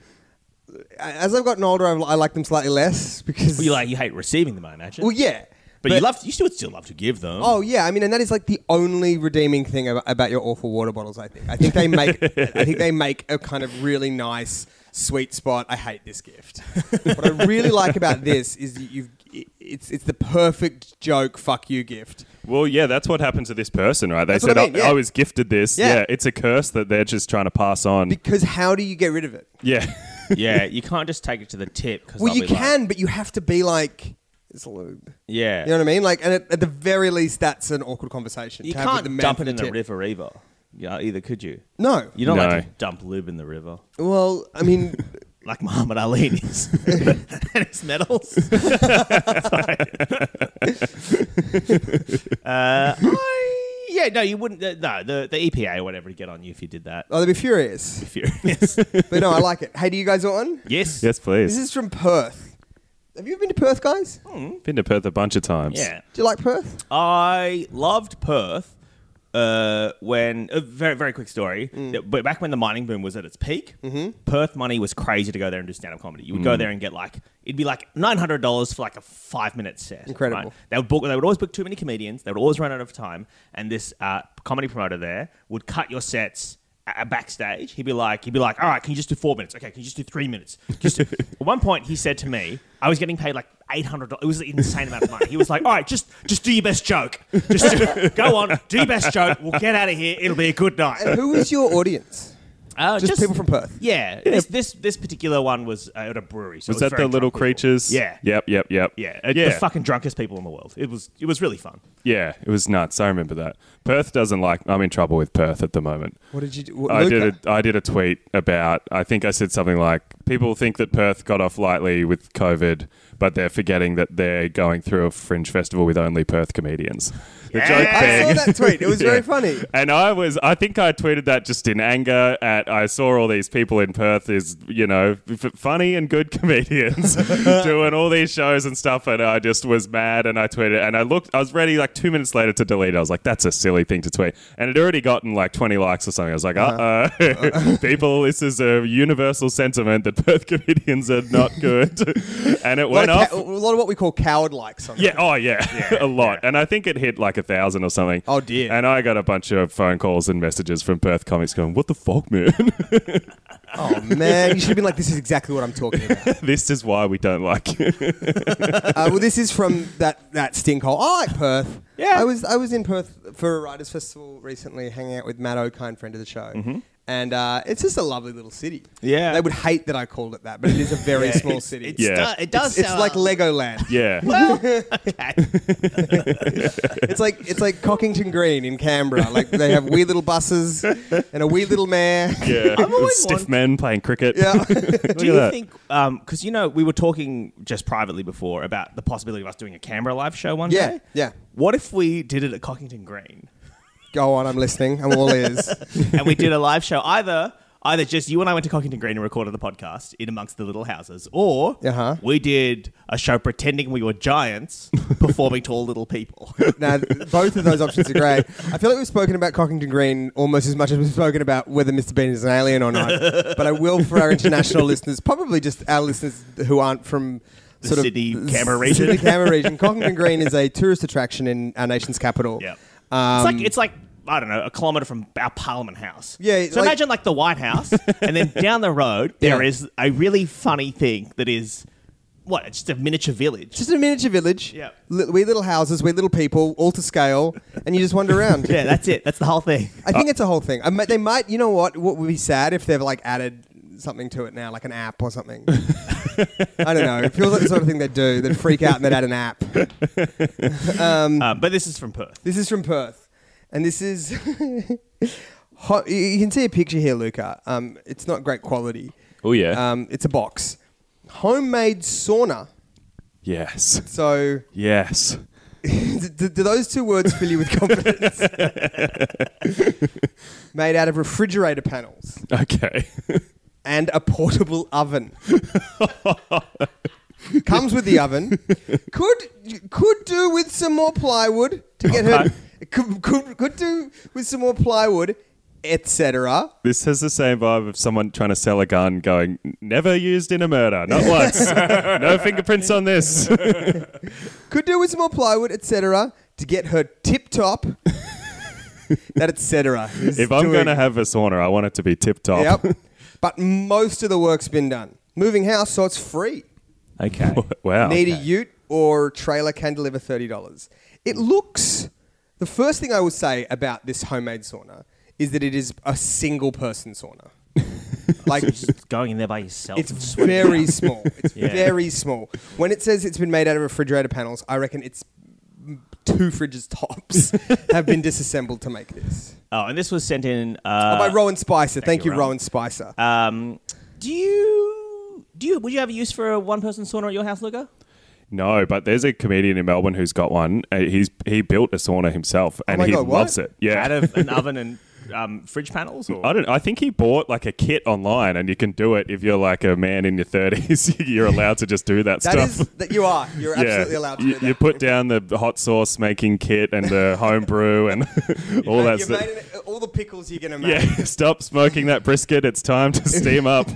Speaker 2: as I've gotten older, I've, I like them slightly less because
Speaker 1: Well, you like you hate receiving them, I imagine.
Speaker 2: Well, yeah,
Speaker 1: but, you love you still would still love to give them.
Speaker 2: Oh yeah, I mean, and that is like the only redeeming thing about, about your awful water bottles. I think. I think they make. I think they make a kind of really nice sweet spot. I hate this gift. what I really like about this is that you've i- it's it's the perfect joke fuck you gift.
Speaker 3: Well, yeah, that's what happened to this person, right? They
Speaker 2: That's
Speaker 3: said,
Speaker 2: what I
Speaker 3: I,
Speaker 2: mean, yeah.
Speaker 3: I was gifted this.
Speaker 2: Yeah.
Speaker 3: Yeah. it's a curse that they're just trying to pass on.
Speaker 2: Because how do you get rid of it?
Speaker 3: yeah.
Speaker 1: yeah, you can't just take it to the tip. 'cause
Speaker 2: Well,
Speaker 1: they'll
Speaker 2: you
Speaker 1: be like-
Speaker 2: can, but you have to be like it's lube.
Speaker 1: yeah,
Speaker 2: You know what I mean? Like, and at, at the very least, that's an awkward conversation.
Speaker 1: you
Speaker 2: to have with
Speaker 1: can't
Speaker 2: the man
Speaker 1: dump
Speaker 2: for
Speaker 1: it in the
Speaker 2: tip.
Speaker 1: river either. Yeah, either could you?
Speaker 2: No.
Speaker 1: You don't
Speaker 3: No.
Speaker 1: like to dump lube in the river,
Speaker 2: Well, I mean,
Speaker 1: like Muhammad Ali is and his medals. uh, I, yeah, no, you wouldn't. Uh, no, the the EPA or whatever would get on you if you did that.
Speaker 2: oh, they'd be furious.
Speaker 1: Furious.
Speaker 2: But no, I like it. Hey, do you guys want one?
Speaker 1: yes.
Speaker 3: Yes,
Speaker 2: This
Speaker 3: please.
Speaker 2: is from Perth. Have you ever been to Perth, guys?
Speaker 1: Oh.
Speaker 3: Been to Perth a bunch of times.
Speaker 1: Yeah.
Speaker 2: Do you like Perth?
Speaker 1: I loved Perth uh, when a very very quick story. That- But back when the mining boom was at its peak, Perth money was crazy to go there and do stand up comedy. You would go there and get like it'd be like nine hundred dollars for like a five minute set.
Speaker 2: Incredible.
Speaker 1: They would book. They would always book too many comedians. They would always run out of time. And this uh, comedy promoter there would cut your sets. a- a Backstage, he'd be like, he'd be like, all right, can you just do four minutes? Okay, can you just do three minutes? Just do-" at one point, he said to me, I was getting paid like eight hundred dollars. It was an insane amount of money. He was like, all right, just just do your best joke. Just do- go on, do your best joke. We'll get out of here. It'll be a good night.
Speaker 2: And who is your audience?
Speaker 1: Uh,
Speaker 2: Uh, Just people from Perth.
Speaker 1: Yeah, This, this this particular one was uh, at a brewery. So
Speaker 3: Was
Speaker 1: it
Speaker 3: that
Speaker 1: very
Speaker 3: the little
Speaker 1: drunk people.
Speaker 3: creatures?
Speaker 1: Yeah.
Speaker 3: Yep, yep, yep.
Speaker 1: Yeah, uh,
Speaker 3: Yeah.
Speaker 1: the fucking drunkest people in the world. It was it was really fun.
Speaker 3: yeah, it was nuts. I remember that. Perth doesn't like I'm in trouble with Perth at the moment.
Speaker 2: What did you do? What,
Speaker 3: I
Speaker 2: Luca?
Speaker 3: did a, I did a tweet about I think I said something like people think that Perth got off lightly with COVID, but they're forgetting that they're going through a fringe festival with only Perth comedians. The joke being-
Speaker 2: I saw that tweet. It was
Speaker 3: Yeah.
Speaker 2: very funny.
Speaker 3: And I was, I think I tweeted that just in anger at I saw all these people in Perth is, you know, f- funny and good comedians doing all these shows and stuff. And I just was mad and I tweeted and I looked, I was ready like two minutes later to delete. it. I was like, that's a silly thing to tweet. And it already gotten like 20 likes or something. I was like, uh oh. people, this is a universal sentiment that Perth comedians are not good. and it
Speaker 2: A lot,
Speaker 3: went
Speaker 2: of
Speaker 3: off.
Speaker 2: ca- a lot of what we call coward likes on
Speaker 3: Yeah. Oh, yeah. a lot. And I think it hit like a thousand or something.
Speaker 2: Oh, dear.
Speaker 3: And I got a bunch of phone calls and messages from Perth comics going, "What the fuck, man?
Speaker 2: Oh man, you should have been like, this is exactly what I'm talking about.
Speaker 3: this is why we don't like you."
Speaker 2: Uh, well, this is from that that stinkhole. I like Perth.
Speaker 1: Yeah.
Speaker 2: I was I was in Perth for a writers' festival recently, hanging out with Matt O'Kine, friend of the show. And uh, it's just a lovely little city.
Speaker 1: Yeah.
Speaker 2: they would hate that I called it that, but it is a very small city.
Speaker 1: It's,
Speaker 2: It's,
Speaker 3: Yeah.
Speaker 1: do- it does.
Speaker 2: it's
Speaker 1: sound-
Speaker 2: like Legoland.
Speaker 3: yeah.
Speaker 2: It's like it's like Cockington Green in Canberra. Like they have wee little buses and a wee little mayor.
Speaker 3: yeah.
Speaker 1: always
Speaker 3: Stiff
Speaker 1: want-
Speaker 3: men playing cricket.
Speaker 2: Yeah.
Speaker 1: Do you
Speaker 3: that.
Speaker 1: think? Because you know, we were talking just privately before about the possibility of us doing a Canberra live show one
Speaker 2: Yeah,
Speaker 1: day.
Speaker 2: yeah.
Speaker 1: What if we did it at Cockington Green
Speaker 2: Go on, I'm listening. I'm all ears.
Speaker 1: and we did a live show either? Either just you and I went to Cockington Green and recorded the podcast in amongst the little houses, or
Speaker 2: Uh-huh.
Speaker 1: we did a show pretending we were giants performing to all little people.
Speaker 2: Now, th- both of those options are great. I feel like we've spoken about Cockington Green almost as much as we've spoken about whether Mr. Bean is an alien or not. but I will, for our international listeners, probably just our listeners who aren't from
Speaker 1: The
Speaker 2: sort
Speaker 1: Sydney,
Speaker 2: of
Speaker 1: Canberra region.
Speaker 2: Sydney, Canberra region. Cockington Green is a tourist attraction in our nation's capital.
Speaker 1: Yeah,
Speaker 2: Um,
Speaker 1: it's like it's like I don't know a kilometer from our Parliament House.
Speaker 2: Yeah,
Speaker 1: so
Speaker 2: like-
Speaker 1: imagine like the White House, and then down the road there
Speaker 2: Yeah.
Speaker 1: is a really funny thing that is what it's just a miniature village.
Speaker 2: just a miniature village.
Speaker 1: Yeah.
Speaker 2: Li- we little houses, we little people, all to scale, and you just wander around.
Speaker 1: yeah, that's it. That's the whole thing.
Speaker 2: I
Speaker 3: Uh,
Speaker 2: think it's a whole thing. I might, they might, you know what? What would be sad if they've like added something to it now, like an app or something. I don't know. It feels like the sort of thing they do. They'd freak out and they'd add an app.
Speaker 1: Uh, but this is from Perth.
Speaker 2: This is from Perth, and this is. hot. You- You can see a picture here, Luca. Um, it's not great quality.
Speaker 3: Oh yeah.
Speaker 2: Um, it's a box, homemade sauna.
Speaker 3: yes.
Speaker 2: So,
Speaker 3: Yes.
Speaker 2: do, do those two words fill you with confidence? Made out of refrigerator panels.
Speaker 3: Okay.
Speaker 2: and a portable oven. Comes with the oven. Could could do with some more plywood to get her. Could, could could do with some more plywood, etc.
Speaker 3: this has the same vibe of someone trying to sell a gun, going, "Never used in a murder, not once. no fingerprints on this."
Speaker 2: Could do with some more plywood, etc. To get her tip top. that etc. is
Speaker 3: if I'm
Speaker 2: doing-
Speaker 3: going to have a sauna, I want it to be tip top.
Speaker 2: Yep. But most of the work's been done. Moving house, so it's free.
Speaker 1: Okay. Hmm.
Speaker 3: wow.
Speaker 2: Need a ute or trailer can deliver $30. It looks. The first thing I will say about this homemade sauna is that it is a single person sauna. like,
Speaker 1: Just going in there by yourself.
Speaker 2: it's
Speaker 1: and sweating.
Speaker 2: very small. It's
Speaker 1: Yeah.
Speaker 2: very small. When it says it's been made out of refrigerator panels, I reckon it's two fridges tops have been disassembled to make this.
Speaker 1: Oh, and this was sent in
Speaker 2: Oh,
Speaker 1: uh,
Speaker 2: by Rowan Spicer. Thank,
Speaker 1: you,
Speaker 2: you,
Speaker 1: Rowan.
Speaker 2: Rowan Spicer.
Speaker 1: Um, do you do you would you have a use for a one person sauna at your house, Luca?
Speaker 3: No, but there's a comedian in Melbourne who's got one. Uh, He's he built a sauna himself, and
Speaker 2: Oh my
Speaker 3: he
Speaker 2: God, what?
Speaker 3: loves it. Yeah,
Speaker 1: Out of an oven and um, fridge panels, or
Speaker 3: I don't. I think he bought like a kit online, and you can do it if you're like a man in your thirties. you're allowed to just do that
Speaker 2: That
Speaker 3: stuff.
Speaker 2: is that you are. You're absolutely allowed to
Speaker 3: you,
Speaker 2: do that.
Speaker 3: you put down the hot sauce making kit and the home brew and all that
Speaker 2: You've
Speaker 3: stuff.
Speaker 2: made it- all the pickles you're gonna make.
Speaker 3: Yeah, stop smoking that brisket. It's time to steam up.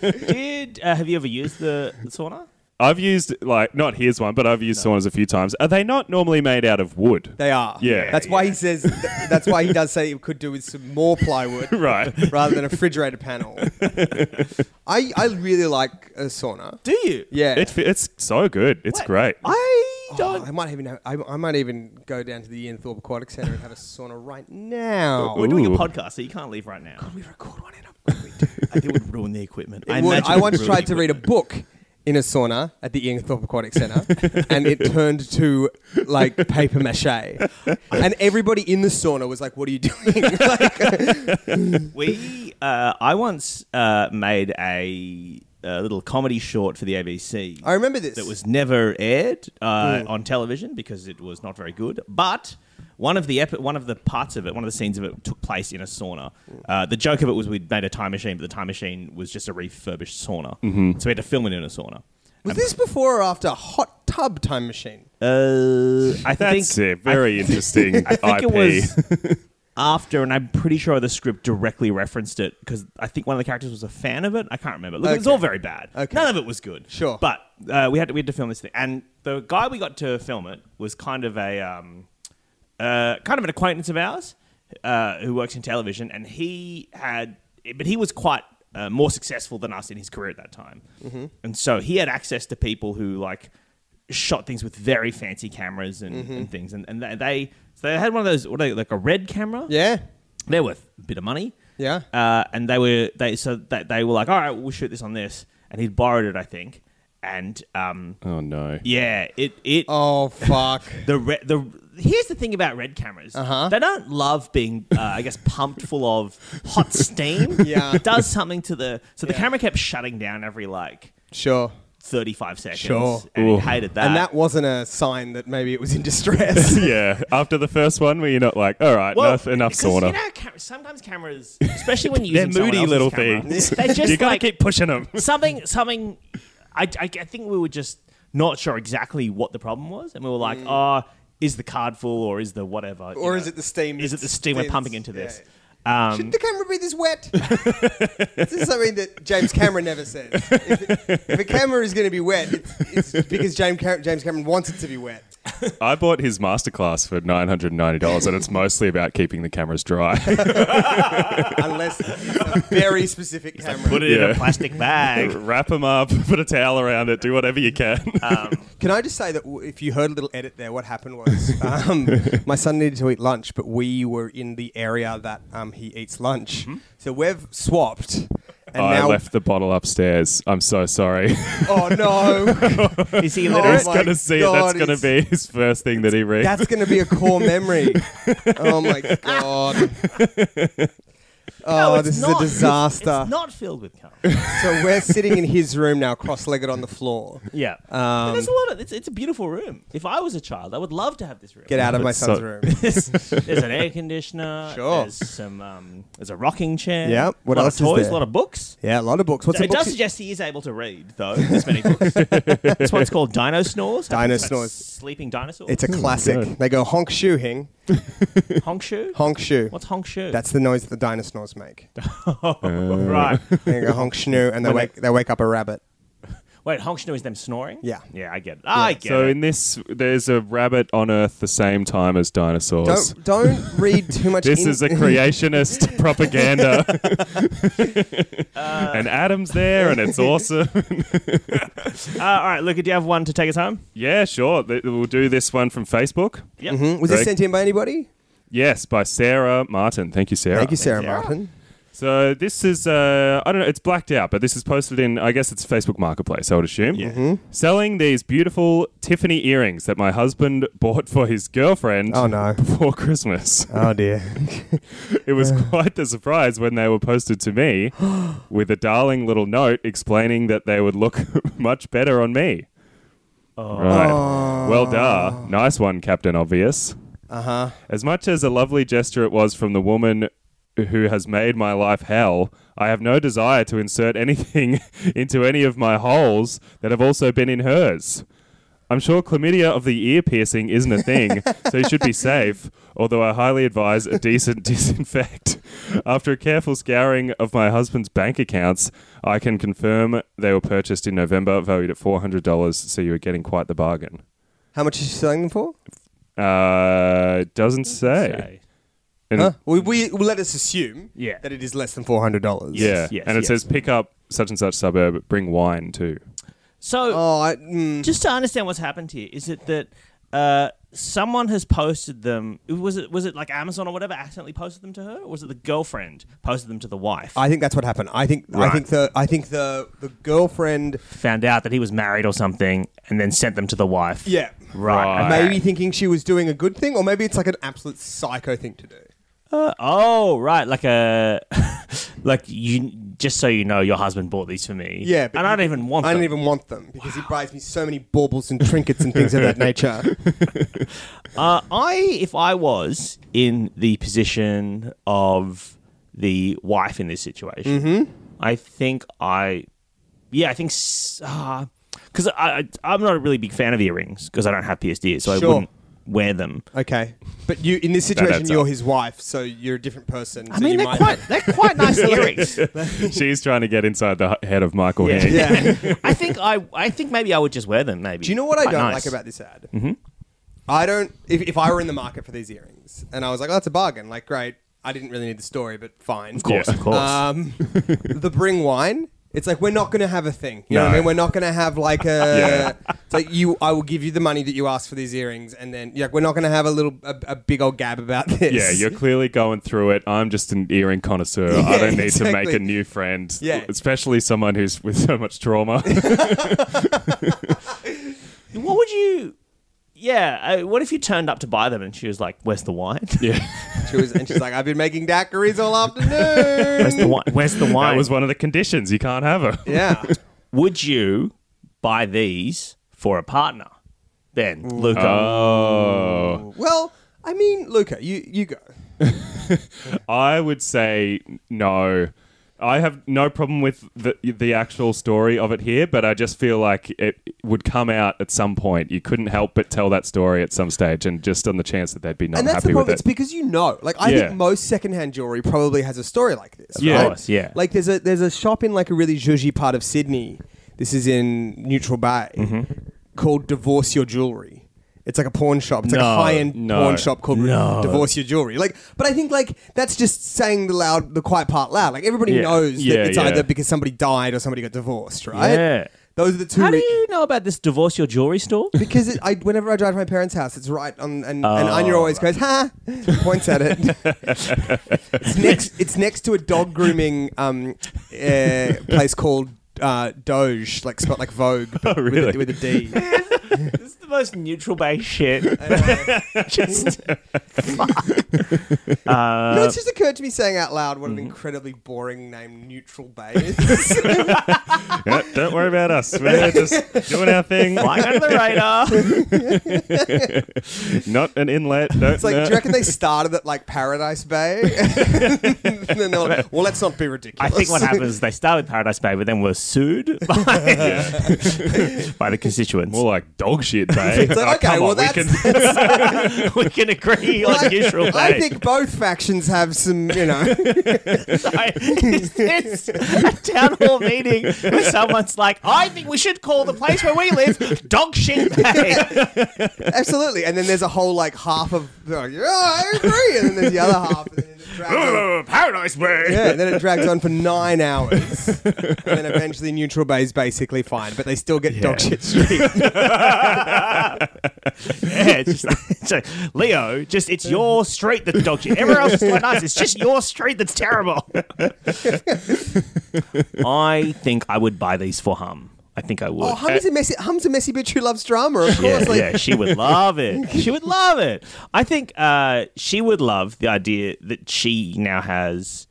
Speaker 1: did uh, have you ever used the, the sauna?
Speaker 3: I've used like not here's one, but I've used saunas a few times. Are they not normally made out of wood?
Speaker 2: They are.
Speaker 3: Yeah.
Speaker 2: That's why he says. th- that's why he does say it could do with some more plywood
Speaker 3: right.
Speaker 2: rather than a refrigerator panel. I I really like a sauna.
Speaker 1: Do you?
Speaker 2: Yeah.
Speaker 3: It, fe- it's so good. It's
Speaker 1: What?
Speaker 3: great.
Speaker 1: I
Speaker 2: Oh,
Speaker 1: don't.
Speaker 2: I might even have, I, I might even go down to the Ian Thorpe Aquatic Centre and have a sauna right now.
Speaker 1: We're doing a
Speaker 3: Ooh.
Speaker 1: podcast, so you can't leave right now.
Speaker 2: we record one in a
Speaker 1: I think it would ruin the equipment.
Speaker 2: I, would,
Speaker 1: imagine
Speaker 2: I
Speaker 1: it
Speaker 2: once
Speaker 1: would ruin
Speaker 2: tried to
Speaker 1: the
Speaker 2: read a book in a sauna at the Ian Thorpe Aquatic Centre, and it turned to like paper mache. And everybody in the sauna was like, "What are you doing?" like,
Speaker 1: We, uh, I once uh, made a, a little comedy short for the ABC
Speaker 2: I remember this.
Speaker 1: that was never aired uh, on television because it was not very good. But one of the epi- one of the parts of it, one of the scenes of it, took place in a sauna. Uh, the joke of it was we made a time machine, but the time machine was just a refurbished sauna,
Speaker 3: Mm-hmm.
Speaker 1: so we had to film it in a sauna.
Speaker 2: was this before or after Hot Tub Time Machine?
Speaker 1: Uh, I
Speaker 3: That's
Speaker 1: think
Speaker 3: a very interesting
Speaker 1: I think
Speaker 3: IP.
Speaker 1: it was after, and I'm pretty sure the script directly referenced it because I think one of the characters was a fan of it. I can't remember. Look, it was
Speaker 2: Okay.
Speaker 1: all very bad.
Speaker 2: Okay.
Speaker 1: None of it was good.
Speaker 2: Sure.
Speaker 1: but uh, we had to, we had to film this thing, and the guy we got to film it was kind of a um, uh, kind of an acquaintance of ours uh, who works in television, and he had, but he was quite. Uh, more successful than us in his career at that time, and so he had access to people who like shot things with very fancy cameras and, and things, and, and they they, so they had one of those what are they, like a red camera,
Speaker 2: Yeah,
Speaker 1: they're worth a bit of money.
Speaker 2: Yeah.
Speaker 1: Uh, and they were they so that they were like, all right, we'll shoot this on this, and he'd borrowed it, I think, and um,
Speaker 3: oh no.
Speaker 1: yeah, it it
Speaker 2: Oh fuck!
Speaker 1: the red the here's the thing about red cameras
Speaker 2: Uh-huh.
Speaker 1: they don't love being uh, i guess pumped full of hot steam
Speaker 2: Yeah.
Speaker 1: it does something to the so the camera kept shutting down every like
Speaker 2: sure.
Speaker 1: 35 seconds
Speaker 2: Sure.
Speaker 1: and
Speaker 3: Ooh.
Speaker 1: he hated that
Speaker 2: And that wasn't a sign that maybe it was in distress.
Speaker 3: Yeah. After the first one, where you're not like, all right, enough, enough
Speaker 1: because,
Speaker 3: sauna.
Speaker 1: You know, cam- sometimes cameras, especially when you're
Speaker 3: They're
Speaker 1: using someone
Speaker 3: moody
Speaker 1: else's
Speaker 3: little
Speaker 1: camera,
Speaker 3: things.
Speaker 1: They just
Speaker 3: you gotta
Speaker 1: like,
Speaker 3: keep pushing them.
Speaker 1: something something I, I, I think we were just not sure exactly what the problem was and we were like oh is the card full or is the whatever you
Speaker 2: Mm. Or is
Speaker 1: know?
Speaker 2: it the steam
Speaker 1: is it the
Speaker 2: that's-
Speaker 1: steam we're
Speaker 2: that's-
Speaker 1: pumping into
Speaker 2: yeah.
Speaker 1: this
Speaker 2: Should the camera be this wet? this is something that James Cameron never says. If, it- if a camera is going to be wet, it's, it's because James, Cam- James Cameron wants it to be wet.
Speaker 3: I bought his masterclass for nine hundred and ninety dollars, and it's mostly about keeping the cameras dry.
Speaker 2: Unless it's a very specific camera.
Speaker 1: put it in
Speaker 3: Yeah.
Speaker 1: a plastic bag
Speaker 3: Wrap them up, put a towel around it, do whatever you can.
Speaker 1: Um,
Speaker 2: Can I just say that w- if you heard a little edit there, what happened was um, my son needed to eat lunch, but we were in the area that um, he eats lunch. So we've swapped. And
Speaker 3: Mm-hmm. I
Speaker 2: now,
Speaker 3: left the bottle upstairs. I'm so sorry.
Speaker 2: oh no,
Speaker 1: is he
Speaker 2: Oh
Speaker 1: literally
Speaker 3: He's
Speaker 2: my
Speaker 3: gonna see it.
Speaker 2: God,
Speaker 3: That's gonna
Speaker 2: it's-
Speaker 3: be his first thing that he reads.
Speaker 2: that's going to be a core memory. Oh my god. Oh,
Speaker 1: it's
Speaker 2: this is
Speaker 1: not.
Speaker 2: a disaster.
Speaker 1: it's not filled with carbon
Speaker 2: So we're sitting in his room now, cross-legged on the floor.
Speaker 1: yeah But there's a
Speaker 2: Um,
Speaker 1: lot of it's, it's a beautiful room if I was a child I would love to have this room
Speaker 2: Get out of my
Speaker 3: That's
Speaker 2: son's
Speaker 3: so-
Speaker 2: room.
Speaker 1: there's, there's an air conditioner
Speaker 2: Sure.
Speaker 1: there's some um, there's a rocking chair
Speaker 2: Yep. What
Speaker 1: a lot
Speaker 2: else
Speaker 1: of
Speaker 2: is
Speaker 1: toys
Speaker 2: there?
Speaker 1: a lot of books
Speaker 2: Yeah, a lot of books. What's a
Speaker 1: it
Speaker 2: book?
Speaker 1: does suggest he is able to read, though. This many books. this one's called Dino Snores.
Speaker 2: Dino
Speaker 1: It's about
Speaker 2: Snores.
Speaker 1: Sleeping dinosaurs.
Speaker 2: it's a
Speaker 3: Hmm,
Speaker 2: classic.
Speaker 3: God.
Speaker 2: They go honk shoe hing,
Speaker 1: honk shoe.
Speaker 2: honk shoe.
Speaker 1: What's honk shoe?
Speaker 2: That's Oh. the noise that the dinosaurs make.
Speaker 1: right.
Speaker 2: They go honk schnoo, and they wake they wake up a rabbit.
Speaker 1: Wait, hongshnoo is them snoring?
Speaker 2: Yeah.
Speaker 1: Yeah, I get it. I get
Speaker 3: So
Speaker 1: it.
Speaker 3: in this, there's a rabbit on Earth the same time as dinosaurs.
Speaker 2: Don't don't read too much.
Speaker 3: This
Speaker 2: in-
Speaker 3: is a creationist propaganda.
Speaker 2: Uh,
Speaker 3: and Adam's there, and it's awesome.
Speaker 1: Uh, all right, Luca, do you have one to take us home?
Speaker 3: yeah, sure. Th- We'll do this one from Facebook.
Speaker 1: Yep.
Speaker 2: Hmm? Was this
Speaker 3: Greg?
Speaker 2: sent in by anybody?
Speaker 3: Yes, by Sarah Martin. Thank you, Sarah.
Speaker 2: Thank you, Sarah
Speaker 1: Sarah.
Speaker 2: Martin.
Speaker 3: So this is, uh, I don't know, it's blacked out, but this is posted in, I guess it's Facebook Marketplace, I would assume.
Speaker 1: Yeah.
Speaker 3: Selling these beautiful Tiffany earrings that my husband bought for his girlfriend
Speaker 2: Oh, no.
Speaker 3: before Christmas.
Speaker 2: Oh dear.
Speaker 3: It was quite the surprise when they were posted to me with a darling little note explaining that they would look much better on me. Right. Well, duh. Nice one, Captain Obvious.
Speaker 2: Uh huh.
Speaker 3: As much as a lovely gesture it was from the woman who has made my life hell, I have no desire to insert anything into any of my holes that have also been in hers. I'm sure chlamydia of the ear piercing isn't a thing, so you should be safe, although I highly advise a decent disinfect. After a careful scouring of my husband's bank accounts, I can confirm they were purchased in November, valued at $400, so you were getting quite the bargain.
Speaker 2: How much is she selling them for?
Speaker 3: Uh, doesn't say.
Speaker 1: Okay.
Speaker 3: And-
Speaker 2: Huh? We, we well, let us assume
Speaker 1: Yeah.
Speaker 2: that it is less than four hundred dollars.
Speaker 3: Yeah.
Speaker 1: yes,
Speaker 3: and it
Speaker 1: yes.
Speaker 3: says pick up such and such suburb, bring wine too.
Speaker 1: So,
Speaker 2: Oh, I, mm,
Speaker 1: just to understand what's happened here, is it that uh, someone has posted them? Was it was it like Amazon or whatever accidentally posted them to her, or was it the girlfriend posted them to the wife?
Speaker 2: I think that's what happened. I think I
Speaker 1: Right.
Speaker 2: think the I think the the girlfriend.
Speaker 1: found out that he was married or something, and then sent them to the wife.
Speaker 2: Yeah.
Speaker 1: Right. okay.
Speaker 2: Maybe thinking she was doing a good thing, or maybe it's like an absolute psycho thing to do.
Speaker 1: Uh, oh, right. Like a, like you. Just so you know, your husband bought these for me.
Speaker 2: Yeah, but
Speaker 1: and I
Speaker 2: you-
Speaker 1: don't even want.
Speaker 2: I don't
Speaker 1: them.
Speaker 2: even want them because he buys me so many baubles and trinkets and things of that nature.
Speaker 1: Uh, I, if I was in the position of the wife in this situation,
Speaker 2: Mm-hmm.
Speaker 1: I think I, yeah, I think, because I, I, am not a really big fan of earrings because I don't have PSDs, so I
Speaker 2: Sure.
Speaker 1: wouldn't wear them.
Speaker 2: Okay, but you in this situation
Speaker 3: adds
Speaker 2: you're
Speaker 3: up.
Speaker 2: his wife, so you're a different person.
Speaker 1: I mean, they're quite, they're quite nice earrings.
Speaker 3: She's trying to get inside the head of Michael
Speaker 1: Yeah.
Speaker 3: Hank.
Speaker 2: Yeah.
Speaker 1: I think I, I think maybe I would just wear them. Maybe.
Speaker 2: Do you know what I
Speaker 1: Quite
Speaker 2: don't
Speaker 1: nice.
Speaker 2: like about this ad? Mm-hmm. I don't. If, if I were in the market for these earrings and I was like, "Oh, that's a bargain," like great. I didn't really need the story, but fine. Of
Speaker 1: Of course,
Speaker 3: Yeah.
Speaker 1: of course.
Speaker 2: Um, the bring wine. It's like we're not going to have a thing. You know what I
Speaker 3: No.
Speaker 2: mean? We're not going to have like a.
Speaker 3: Yeah.
Speaker 2: It's like you. I will give you the money that you asked for these earrings, and then yeah, we're not going to have a little a, a big old gab about this.
Speaker 3: Yeah, you're clearly going through it. I'm just an earring connoisseur. I
Speaker 2: Yeah,
Speaker 3: don't need to
Speaker 2: exactly.
Speaker 3: make a new friend,
Speaker 2: Yeah.
Speaker 3: especially someone who's with so much trauma.
Speaker 1: what would you? Yeah, uh, what if you turned up to buy them and she was like, "Where's the wine?
Speaker 3: yeah,
Speaker 2: She was, and she's like, "I've been making daiquiris all afternoon."
Speaker 1: Where's the wine? Where's the
Speaker 3: that
Speaker 1: wine?"
Speaker 3: was one of the conditions. You can't have her.
Speaker 2: yeah.
Speaker 1: would you buy these for a partner? Ben, Luca.
Speaker 3: Oh,
Speaker 2: Well, I mean, Luca, you you go.
Speaker 3: I would say no. I have no problem with the the actual story of it here, but I just feel like it would come out at some point. You couldn't help but tell that story at some stage, and just on the chance that they'd be not
Speaker 2: and that's
Speaker 3: happy
Speaker 2: the problem.
Speaker 3: with
Speaker 2: It's
Speaker 3: it.
Speaker 2: because you know, like I
Speaker 3: Yeah.
Speaker 2: think most secondhand jewelry probably has a story like this.
Speaker 3: Yeah.
Speaker 2: right?
Speaker 1: Of course, yeah.
Speaker 2: Like there's a there's a shop in like a really zhuzhy part of Sydney. This is in Neutral Bay, called Divorce Your Jewelry. It's like a pawn shop. It's like
Speaker 1: No,
Speaker 2: a high end
Speaker 3: no,
Speaker 2: pawn shop called
Speaker 1: no.
Speaker 2: Divorce Your Jewelry. Like, but I think like that's just saying the loud, the quiet part loud. Like everybody
Speaker 1: Yeah.
Speaker 2: knows
Speaker 3: Yeah,
Speaker 2: that it's
Speaker 3: yeah.
Speaker 2: either because somebody died or somebody got divorced, right?
Speaker 1: Yeah.
Speaker 2: Those are the two.
Speaker 1: How do
Speaker 2: re-
Speaker 1: you know about this divorce your jewelry store?
Speaker 2: because it, I, whenever I drive to my parents' house, it's right on, and, and Anya
Speaker 1: Oh,
Speaker 2: always goes, "Ha!" points at it. it's next. It's next to a dog grooming um, uh, place called uh, Doge, like spelled like Vogue, but
Speaker 1: Oh,
Speaker 2: with,
Speaker 3: really?
Speaker 2: a, with a D. Uh,
Speaker 1: this is the most neutral base shit. Just
Speaker 2: you know, it's
Speaker 1: Uh,
Speaker 2: just occurred to me saying out loud
Speaker 1: mm.
Speaker 2: what an incredibly boring name Neutral Bay is.
Speaker 3: Yeah, don't worry about us. We're just doing our thing.
Speaker 1: flying under the radar.
Speaker 3: Not an inlet. Don't,
Speaker 2: it's like, do
Speaker 3: no.
Speaker 2: you reckon they started at like Paradise Bay? and then they're like, well, let's not be
Speaker 1: I
Speaker 2: ridiculous.
Speaker 1: think what happens is they started with Paradise Bay, but then were sued by, by the constituents.
Speaker 3: More like dog shit day.
Speaker 2: It's like,
Speaker 3: Oh,
Speaker 2: okay,
Speaker 3: come
Speaker 2: well,
Speaker 3: on, we
Speaker 2: that's,
Speaker 3: can-
Speaker 1: we can agree
Speaker 2: I-
Speaker 1: on neutral day.
Speaker 2: I think both factions have some, you know.
Speaker 1: Sorry. Is this a town hall meeting where someone's like, I think we should call the place where we live Dog Shit Bay?
Speaker 2: Absolutely. And then there's a whole like half of they're like, oh, I agree. And then there's the other half. And then it drags on.
Speaker 4: Ugh, Paradise Bay.
Speaker 2: Yeah, and then it drags on for nine hours. and then eventually Neutral Bay is basically fine, but they still get dog shit street.
Speaker 1: yeah, it's just like, it's like, Leo, just it's your street that's dog shit. Everyone else is like nice. It's just your street that's terrible. I think I would buy these for Hum. I think I would.
Speaker 2: Oh, Hum's a messy Hum's a messy bitch who loves drama, of
Speaker 1: yeah,
Speaker 2: course. like
Speaker 1: yeah, she would love it. She would love it. I think uh, she would love the idea that she now has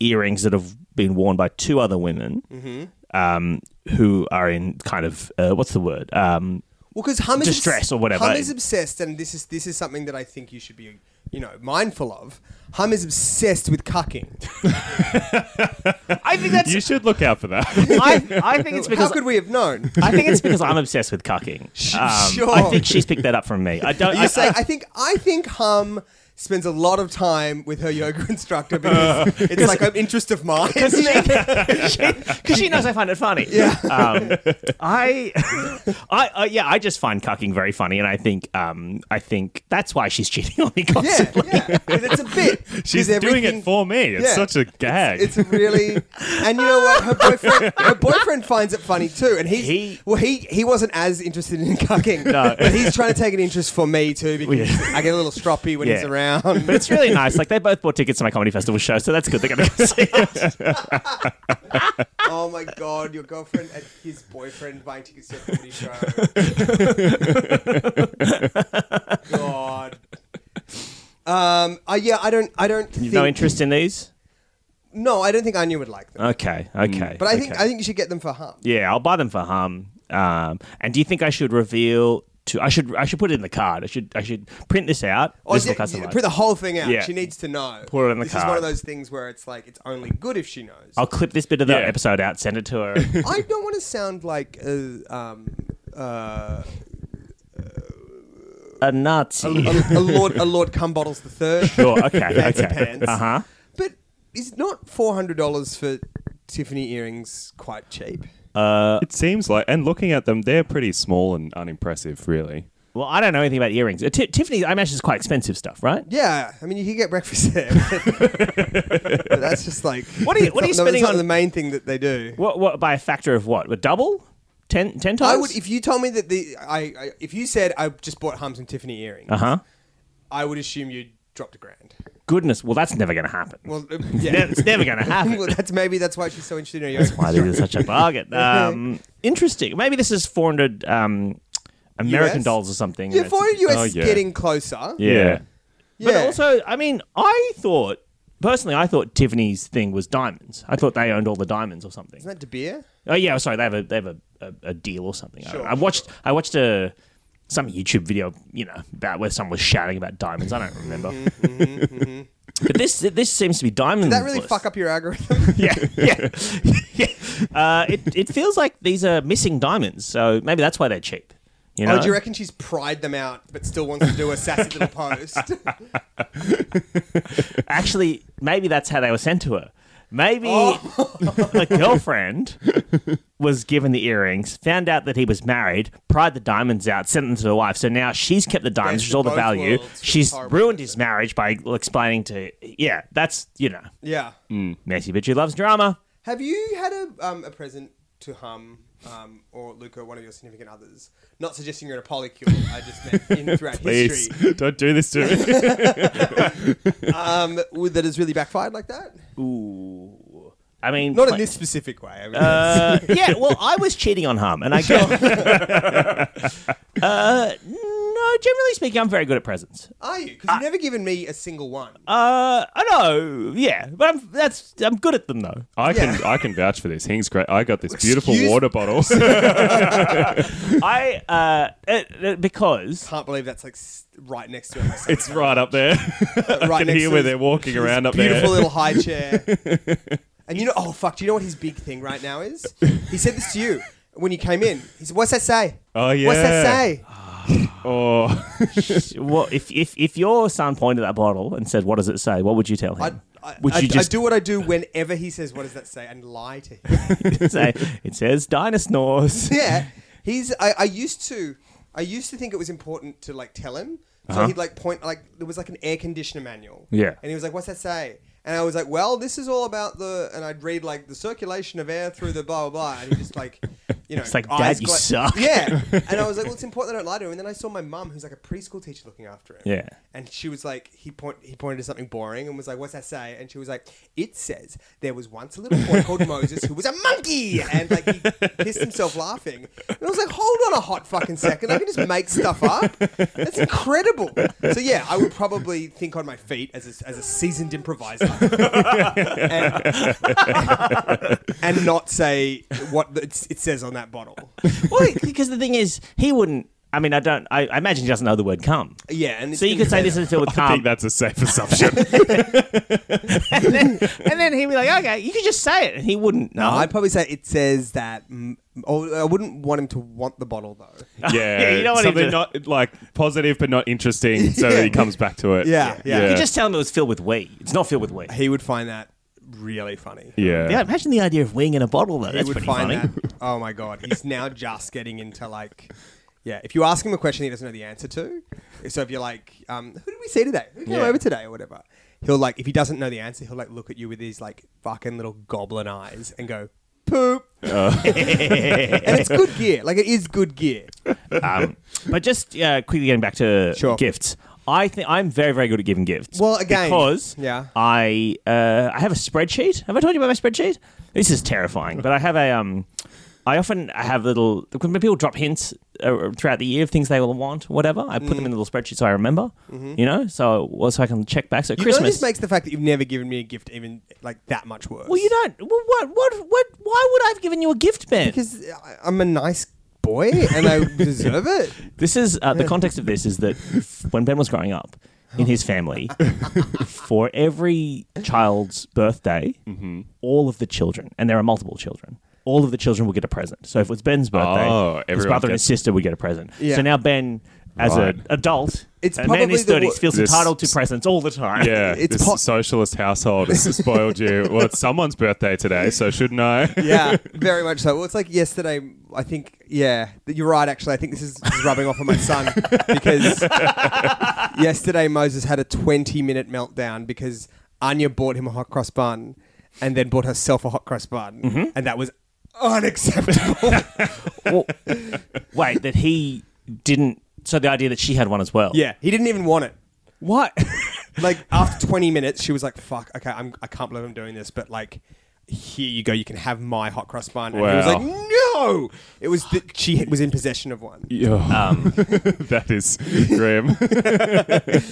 Speaker 1: earrings that have been worn by two other women um, who are in kind of uh, what's the word? Um,
Speaker 2: Well, because hum is
Speaker 1: Distress or whatever.
Speaker 2: Hum is obsessed, and this is this is something that I think you should be, you know, mindful of. Hum is obsessed with cucking.
Speaker 1: I think that's.
Speaker 3: you should look out for that.
Speaker 1: I, I think it's because
Speaker 2: How could we have known?
Speaker 1: I think it's because I'm obsessed with cucking. Um,
Speaker 2: sure.
Speaker 1: I think she's picked that up from me. I don't. I,
Speaker 2: You say, I think I think Hum spends a lot of time with her yoga instructor because it's like an interest of mine.
Speaker 1: because she, because she knows I find it funny. Yeah. Um, I, I, uh, yeah, I just find cucking very funny, and I think, um, I think that's why she's cheating on me
Speaker 2: Yeah,
Speaker 1: constantly.
Speaker 2: yeah. And it's a bit.
Speaker 3: She's
Speaker 2: 'cause
Speaker 3: doing
Speaker 2: everything-
Speaker 3: it for me. It's
Speaker 2: Yeah.
Speaker 3: such a gag.
Speaker 2: It's really, and you know what? Her boyfriend, her boyfriend finds it funny too, and he's
Speaker 1: He-
Speaker 2: well, he he wasn't as interested in cucking,
Speaker 1: No.
Speaker 2: but he's trying to take an interest for me too because I get a little stroppy when he's
Speaker 1: Yeah.
Speaker 2: around.
Speaker 1: But it's really nice. Like they both bought tickets to my comedy festival show, so that's good. They're going to go see it.
Speaker 2: Oh my god, your girlfriend and his boyfriend buying tickets to a comedy show. god. Um. Uh, yeah. I don't. I don't. Think,
Speaker 1: No interest in these.
Speaker 2: No, I don't think Anya would like them.
Speaker 1: Okay, okay.
Speaker 2: Mm. but I think
Speaker 1: okay.
Speaker 2: I think you should get them for Hum.
Speaker 1: yeah, I'll buy them for hum. Um, and do you think I should reveal? To, I should I should put it in the card. I should I should print this out.
Speaker 2: Or
Speaker 1: this
Speaker 2: Oh, yeah,
Speaker 1: will customize.
Speaker 2: put the whole thing out.
Speaker 1: Yeah.
Speaker 2: She needs to know.
Speaker 1: Put it in the
Speaker 2: this is
Speaker 1: card.
Speaker 2: one of those things where it's like it's only good if she knows.
Speaker 1: I'll clip this bit of the
Speaker 3: Yeah.
Speaker 1: episode out. Send it to her.
Speaker 2: I don't want to sound like a um uh,
Speaker 1: A Nazi.
Speaker 2: a, a Lord a Lord Cumbottles the Third.
Speaker 1: Sure. Okay.
Speaker 2: Fancy
Speaker 1: Okay.
Speaker 2: pants.
Speaker 1: Uh huh.
Speaker 2: But is not four hundred dollars for Tiffany earrings quite cheap?
Speaker 3: it seems like, and looking at them, they're pretty small and unimpressive, really.
Speaker 1: Well, I don't know anything about earrings. Uh, Ti Tiffany, I imagine, is quite expensive stuff, right?
Speaker 2: Yeah, I mean you can get breakfast there, but, but that's just like
Speaker 1: What are you- what are you
Speaker 2: it's not-
Speaker 1: spending
Speaker 2: it's not
Speaker 1: on-
Speaker 2: the main thing that they do.
Speaker 1: What? What? By a factor of what? A double? Ten? Ten times?
Speaker 2: I would e- if you told me that the I, I if you said I just bought Hums and Tiffany earrings,
Speaker 1: Uh huh.
Speaker 2: I would assume you dropped a grand.
Speaker 1: Goodness. Well, that's never going to happen.
Speaker 2: Well, uh,
Speaker 1: Ne-
Speaker 2: yeah.
Speaker 1: it's never going to happen.
Speaker 2: well, that's maybe that's why she's so interested in your
Speaker 1: Why this is such a bargain? Um, interesting. Maybe this is four hundred um, American
Speaker 2: US?
Speaker 1: dollars or something.
Speaker 2: Yeah, four US
Speaker 3: Oh,
Speaker 2: is
Speaker 3: yeah.
Speaker 2: getting closer.
Speaker 1: Yeah.
Speaker 3: Yeah.
Speaker 1: But
Speaker 2: Yeah.
Speaker 1: also, I mean, I thought personally, I thought Tiffany's thing was diamonds. I thought they owned all the diamonds or something.
Speaker 2: Isn't that De Beer?
Speaker 1: Oh yeah, sorry, they have a they have a, a, a deal or something. I-
Speaker 2: Sure,
Speaker 1: I, watched I watched a some YouTube video, you know, about where someone was shouting about diamonds. I
Speaker 2: Mm-hmm,
Speaker 1: don't remember. but this this seems to be diamonds.
Speaker 2: That really fuck up your algorithm.
Speaker 1: Yeah, yeah, yeah. Uh, it it feels like these are missing diamonds, so maybe that's why they're cheap. You know,
Speaker 2: Oh, do you reckon she's pried them out but still wants to do a sassy little post?
Speaker 1: actually, maybe that's how they were sent to her. Maybe
Speaker 2: Oh.
Speaker 1: the girlfriend was given the earrings, found out that he was married, pried the diamonds out, sent them to the wife. So now she's kept the diamonds,
Speaker 2: Best
Speaker 1: which is all
Speaker 2: of
Speaker 1: the
Speaker 2: both
Speaker 1: value.
Speaker 2: worlds.
Speaker 1: She's
Speaker 2: Horrible,
Speaker 1: ruined
Speaker 2: isn't
Speaker 1: his marriage by explaining to, yeah, that's, you know,
Speaker 2: yeah.
Speaker 3: Mm.
Speaker 1: messy bitch who loves drama.
Speaker 2: Have you had a, um, a present to Hum um, or Luca, one of your significant others? Not suggesting you're in a polycule. I just meant in, throughout
Speaker 3: Please,
Speaker 2: history.
Speaker 3: don't do this to me.
Speaker 2: Um, would- that has really backfired like that?
Speaker 1: Ooh. I mean,
Speaker 2: Not in
Speaker 1: like-
Speaker 2: this specific way. I mean,
Speaker 1: Uh, yeah, well, I was cheating on Hum, and I go. uh, no, generally speaking, I'm very good at presents.
Speaker 2: are you? Because you've never given me a single one.
Speaker 1: Uh, I know, yeah, but I'm that's I'm good at them though.
Speaker 3: I can,
Speaker 2: Yeah.
Speaker 3: I can vouch for this. Hing's great. I got this beautiful
Speaker 2: Excuse-
Speaker 3: water bottle.
Speaker 1: I uh, it, it- because
Speaker 2: Can't believe that's like s- right next to it.
Speaker 3: it's right up there.
Speaker 2: right
Speaker 3: I can
Speaker 2: next
Speaker 3: hear
Speaker 2: to
Speaker 3: where
Speaker 2: his-
Speaker 3: they're walking around up
Speaker 2: beautiful
Speaker 3: there.
Speaker 2: little high chair. and you know, oh fuck, do you know what his big thing right now is? He said this to you. when you came in. He said, "What's that say?
Speaker 3: Oh,
Speaker 2: What's
Speaker 3: yeah.
Speaker 2: that say?"
Speaker 1: Ah.
Speaker 3: Oh,
Speaker 1: Well, if, if if your son pointed at that bottle and said, "What does it say?" What would you tell
Speaker 2: I,
Speaker 1: him?
Speaker 2: I,
Speaker 1: would
Speaker 2: I,
Speaker 1: you
Speaker 2: I
Speaker 1: just
Speaker 2: do what I do whenever he says, "What does that say?" and lie to him.
Speaker 1: say it says dinosaurs?
Speaker 2: yeah, he's. I, I used to. I used to think it was important to like tell him. So
Speaker 1: Uh-huh.
Speaker 2: he'd like point like there was like an air conditioner manual.
Speaker 3: Yeah.
Speaker 2: And he was like, "What's that say?" And I was like, "Well, this is all about the." And I'd read like the circulation of air through the blah blah blah. And he just like, you know,
Speaker 1: It's like,
Speaker 2: eyes
Speaker 1: "Dad, you
Speaker 2: gla-
Speaker 1: suck."
Speaker 2: Yeah. And I was like, "Well, it's important that I don't lie to him." And then I saw my mum, who's like a preschool teacher, looking after him.
Speaker 1: Yeah.
Speaker 2: And she was like, he point he pointed to something boring and was like, "What's that say?" And she was like, "It says there was once a little boy called Moses who was a monkey," and like he pissed himself laughing. And I was like, "Hold on a hot fucking second! I can just make stuff up. That's incredible." So yeah, I would probably think on my feet as a, as a seasoned improviser, and, and not say what it, it says on that bottle.
Speaker 1: well, because the thing is, he wouldn't. I mean, I don't. I, I imagine he doesn't know the word "cum."
Speaker 2: Yeah, and it's
Speaker 1: So you could say this is to do with
Speaker 2: Um,
Speaker 3: I
Speaker 1: cum,
Speaker 3: think that's a safe assumption.
Speaker 1: and then, and then he'd be like, "Okay, you could just say it," and he wouldn't know.
Speaker 2: No, I'd probably say it says that. mm, Oh, I wouldn't want him to want the bottle though.
Speaker 3: yeah,
Speaker 1: Yeah, you don't want him
Speaker 3: something
Speaker 1: to-
Speaker 3: not like positive but not interesting, so that he comes back to it.
Speaker 2: Yeah, yeah.
Speaker 1: You could just tell him it was filled with wee. It's not filled with wee.
Speaker 2: He would find that really funny.
Speaker 3: yeah.
Speaker 1: Yeah, imagine the idea of wing in a bottle though.
Speaker 2: He
Speaker 1: That's
Speaker 2: would
Speaker 1: pretty
Speaker 2: find
Speaker 1: funny.
Speaker 2: that. Oh my god, he's now just getting into like, yeah. If you ask him a question he doesn't know the answer to, so if you're like, um, who did we see today? Who came
Speaker 1: Yeah.
Speaker 2: over today or whatever? He'll like if he doesn't know the answer, he'll like look at you with his like fucking little goblin eyes and go poop. and it's good gear. Like it is good gear.
Speaker 1: Um, but just uh, quickly getting back to
Speaker 2: Sure.
Speaker 1: gifts. I think I'm very, very good at giving gifts.
Speaker 2: Well, again,
Speaker 1: because
Speaker 2: yeah.
Speaker 1: I uh, I have a spreadsheet. Have I told you about my spreadsheet? This is terrifying, but I have a um. I often have little when people drop hints uh, throughout the year of things they will want, whatever. I put them in
Speaker 2: Mm.
Speaker 1: a little spreadsheet so I remember, you know, so well, so I can check back. So
Speaker 2: Mm-hmm. You know,
Speaker 1: Christmas.
Speaker 2: this makes the fact that you've never given me a gift even like that much worse.
Speaker 1: well, you don't. Well, what? What? What? Why would I have given you a gift, Ben?
Speaker 2: because I- I'm a nice boy and I deserve it.
Speaker 1: This is uh, the context of this is that f- when Ben was growing up in his family, for every child's birthday,
Speaker 3: Mm-hmm.
Speaker 1: all of the children, and there are multiple children, all of the children would get a present. So if it was Ben's birthday,
Speaker 3: Oh,
Speaker 1: his
Speaker 3: everyone
Speaker 1: brother and his
Speaker 3: gets-
Speaker 1: sister would get a present.
Speaker 2: Yeah.
Speaker 1: So now Ben, as
Speaker 3: Right.
Speaker 1: an adult,
Speaker 2: It's
Speaker 1: a man in his
Speaker 2: probably the
Speaker 1: 30s,
Speaker 2: wo-
Speaker 1: feels
Speaker 3: This-
Speaker 1: entitled to presents all the time.
Speaker 3: Yeah,
Speaker 2: It's
Speaker 3: it's this
Speaker 2: po-
Speaker 3: socialist household has spoiled you. Well, it's someone's birthday today, so shouldn't I?
Speaker 2: yeah, very much so. Well, it's like yesterday. I think, yeah, that you're right. Actually, I think this is rubbing off on my son because yesterday Moses had a 20 minute meltdown because Anya bought him a hot cross bun and then bought herself a hot cross bun,
Speaker 1: Mm-hmm.
Speaker 2: and that was unacceptable.
Speaker 1: Well, wait, that he didn't. So the idea that she had one as well.
Speaker 2: yeah, he didn't even want it.
Speaker 1: What?
Speaker 2: Like after 20 minutes, she was like, "Fuck, okay, I'm, I can't believe I'm doing this," but like. Here you go. You can have my hot cross bun. And he was
Speaker 3: Wow.
Speaker 2: like, "No!" It was that she was in possession of one.
Speaker 3: um. that is grim.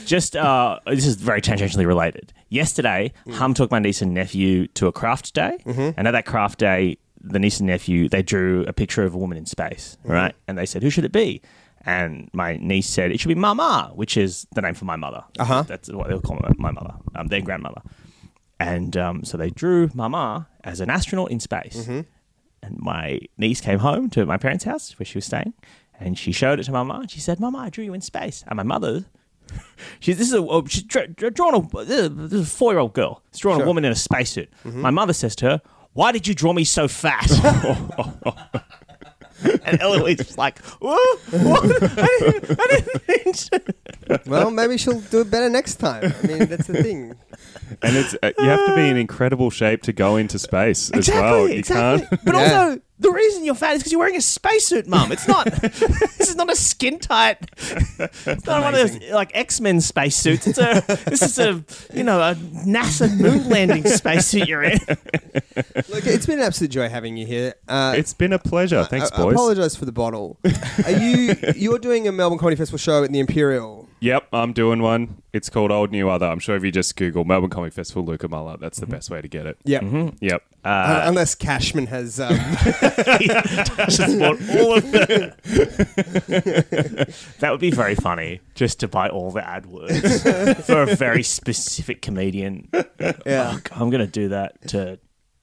Speaker 1: Just uh, this is very tangentially related. Yesterday, Hum took my niece and nephew to a craft day, and at that craft day, the niece and nephew they drew a picture of a woman in space, right? And they said, "Who should it be?" And my niece said, "It should be Mama," which is the name for my mother.
Speaker 2: Uh-huh.
Speaker 1: That's what they'll call my- my mother, um, their grandmother. And um, so they drew Mama as an astronaut in space. And my niece came home to my parents' house where she was staying, and she showed it to Mama. And she said, "Mama, I drew you in space." And my mother She's this is a oh, she's dra- dra- drawn a this is a four year old girl. She's drawn a woman in a spacesuit. My mother says to her, "Why did you draw me so fat?" and Eloise is like, "Whoa, what? I didn't, I didn't mean to."
Speaker 2: Well, maybe she'll do it better next time. I mean, that's the thing.
Speaker 3: And it's uh, you have to be in incredible shape to go into space as well. You can't.
Speaker 1: But
Speaker 2: Yeah.
Speaker 1: also, the reason you're fat is because you're wearing a spacesuit, Mum. It's not. this is not a skin tight. It's not one of those like X Men spacesuits. It's a. This is a you know a NASA moon landing spacesuit you're in.
Speaker 2: Look, it's been an absolute joy having you here. Uh,
Speaker 3: It's been a pleasure. Thanks,
Speaker 2: I, I
Speaker 3: boys.
Speaker 2: apologize for the bottle. Are you? You're doing a Melbourne Comedy Festival show at the Imperial.
Speaker 3: Yep, I'm doing one. It's called Old New Other. I'm sure if you just Google Melbourne Comic Festival Luca Muller, that's the best way to get it.
Speaker 2: Mm-hmm. Yeah.
Speaker 3: Yep.
Speaker 2: Uh, unless Cashman has. Um,
Speaker 1: just bought all of the. that would be very funny, just to buy all the ad words for a very specific comedian.
Speaker 2: yeah.
Speaker 1: Oh, Fuck, I'm gonna do that to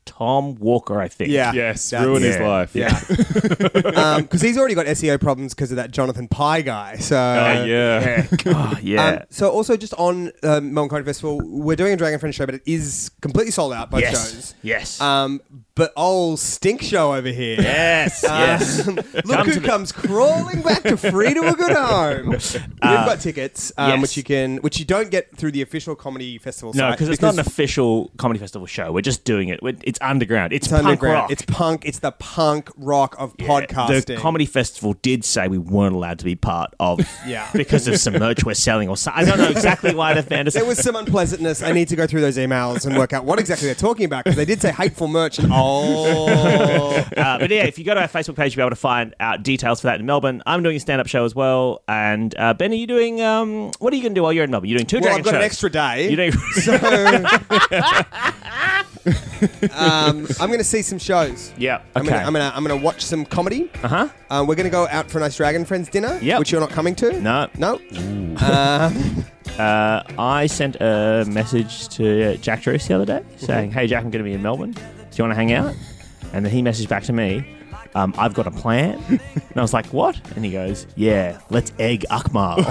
Speaker 1: Tom Walker, I think.
Speaker 2: Yeah.
Speaker 3: Yes,
Speaker 2: That's-
Speaker 3: ruin his
Speaker 1: Yeah.
Speaker 3: life.
Speaker 2: Yeah. Because um, he's already got SEO problems because of that Jonathan Pye guy. So.
Speaker 3: Uh, yeah.
Speaker 1: Oh, yeah.
Speaker 2: Um, so also just on um, Melbourne Comedy Festival, we're doing a Dragon Friend show, but it is completely sold out both
Speaker 1: yes.
Speaker 2: shows.
Speaker 1: Yes.
Speaker 2: Um, but old stink show over here.
Speaker 1: yes. yes.
Speaker 2: Um, look
Speaker 1: Come
Speaker 2: who
Speaker 1: to the-
Speaker 2: comes crawling back to free to a good home. We've got tickets, um,
Speaker 1: Uh, yes.
Speaker 2: which you can, which you don't get through the official comedy festival.
Speaker 1: No,
Speaker 2: site
Speaker 1: because it's not an official comedy festival show. We're just doing it. We're- It's underground. It's,
Speaker 2: it's
Speaker 1: punk
Speaker 2: underground.
Speaker 1: rock.
Speaker 2: It's punk. It's the punk rock of podcasting.
Speaker 1: The comedy festival did say we weren't allowed to be part of,
Speaker 2: Yeah.
Speaker 1: because of some merch we're selling or something. I don't know exactly why they've banned us.
Speaker 2: there was some unpleasantness. I need to go through those emails and work out what exactly they're talking about because they did say hateful merch. And, oh,
Speaker 1: uh, but yeah, if you go to our Facebook page, you'll be able to find out details for that in Melbourne. I'm doing a stand-up show as well, and uh, Ben, are you doing? Um, what are you going to do while you're in Melbourne? You're doing two.
Speaker 2: well,
Speaker 1: dragon
Speaker 2: I've got an
Speaker 1: shows.
Speaker 2: extra day.
Speaker 1: You're doing.
Speaker 2: um, I'm going to see some shows.
Speaker 1: yeah.
Speaker 2: I'm
Speaker 1: Okay.
Speaker 2: gonna, I'm gonna I'm gonna watch some comedy. Uh
Speaker 1: Uh-huh.
Speaker 2: We're gonna go out for a nice Dragon Friends dinner.
Speaker 1: Yep.
Speaker 2: Which you're not coming to.
Speaker 1: No.
Speaker 2: No.
Speaker 1: Uh, I sent a message to uh, Jack Drews the other day saying, "Hey Jack, I'm going to be in Melbourne. Do you want to hang out?" And then he messaged back to me, um, "I've got a plan." and I was like, "What?" And he goes, "Yeah, let's egg Akmal."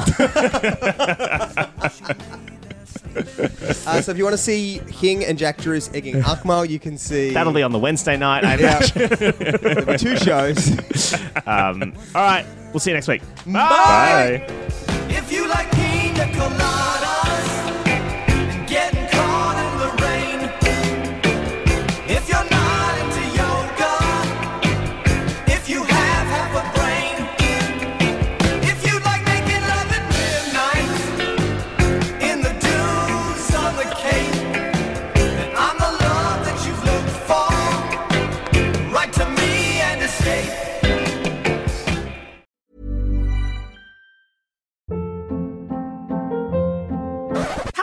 Speaker 2: Uh, so if you want to see Hing and Jack Drews egging Akmal, you can see
Speaker 1: That'll be on the Wednesday night. I
Speaker 2: yeah. There'll be two shows.
Speaker 1: um, all right, we'll see you next week.
Speaker 3: Bye.
Speaker 5: If you like pina coladas and getting caught in the rain, if you're not into yoga, if you have half a brain, if you like making love at midnight in the dunes on the Cape, then I'm the love that you've looked for. Write to me and escape.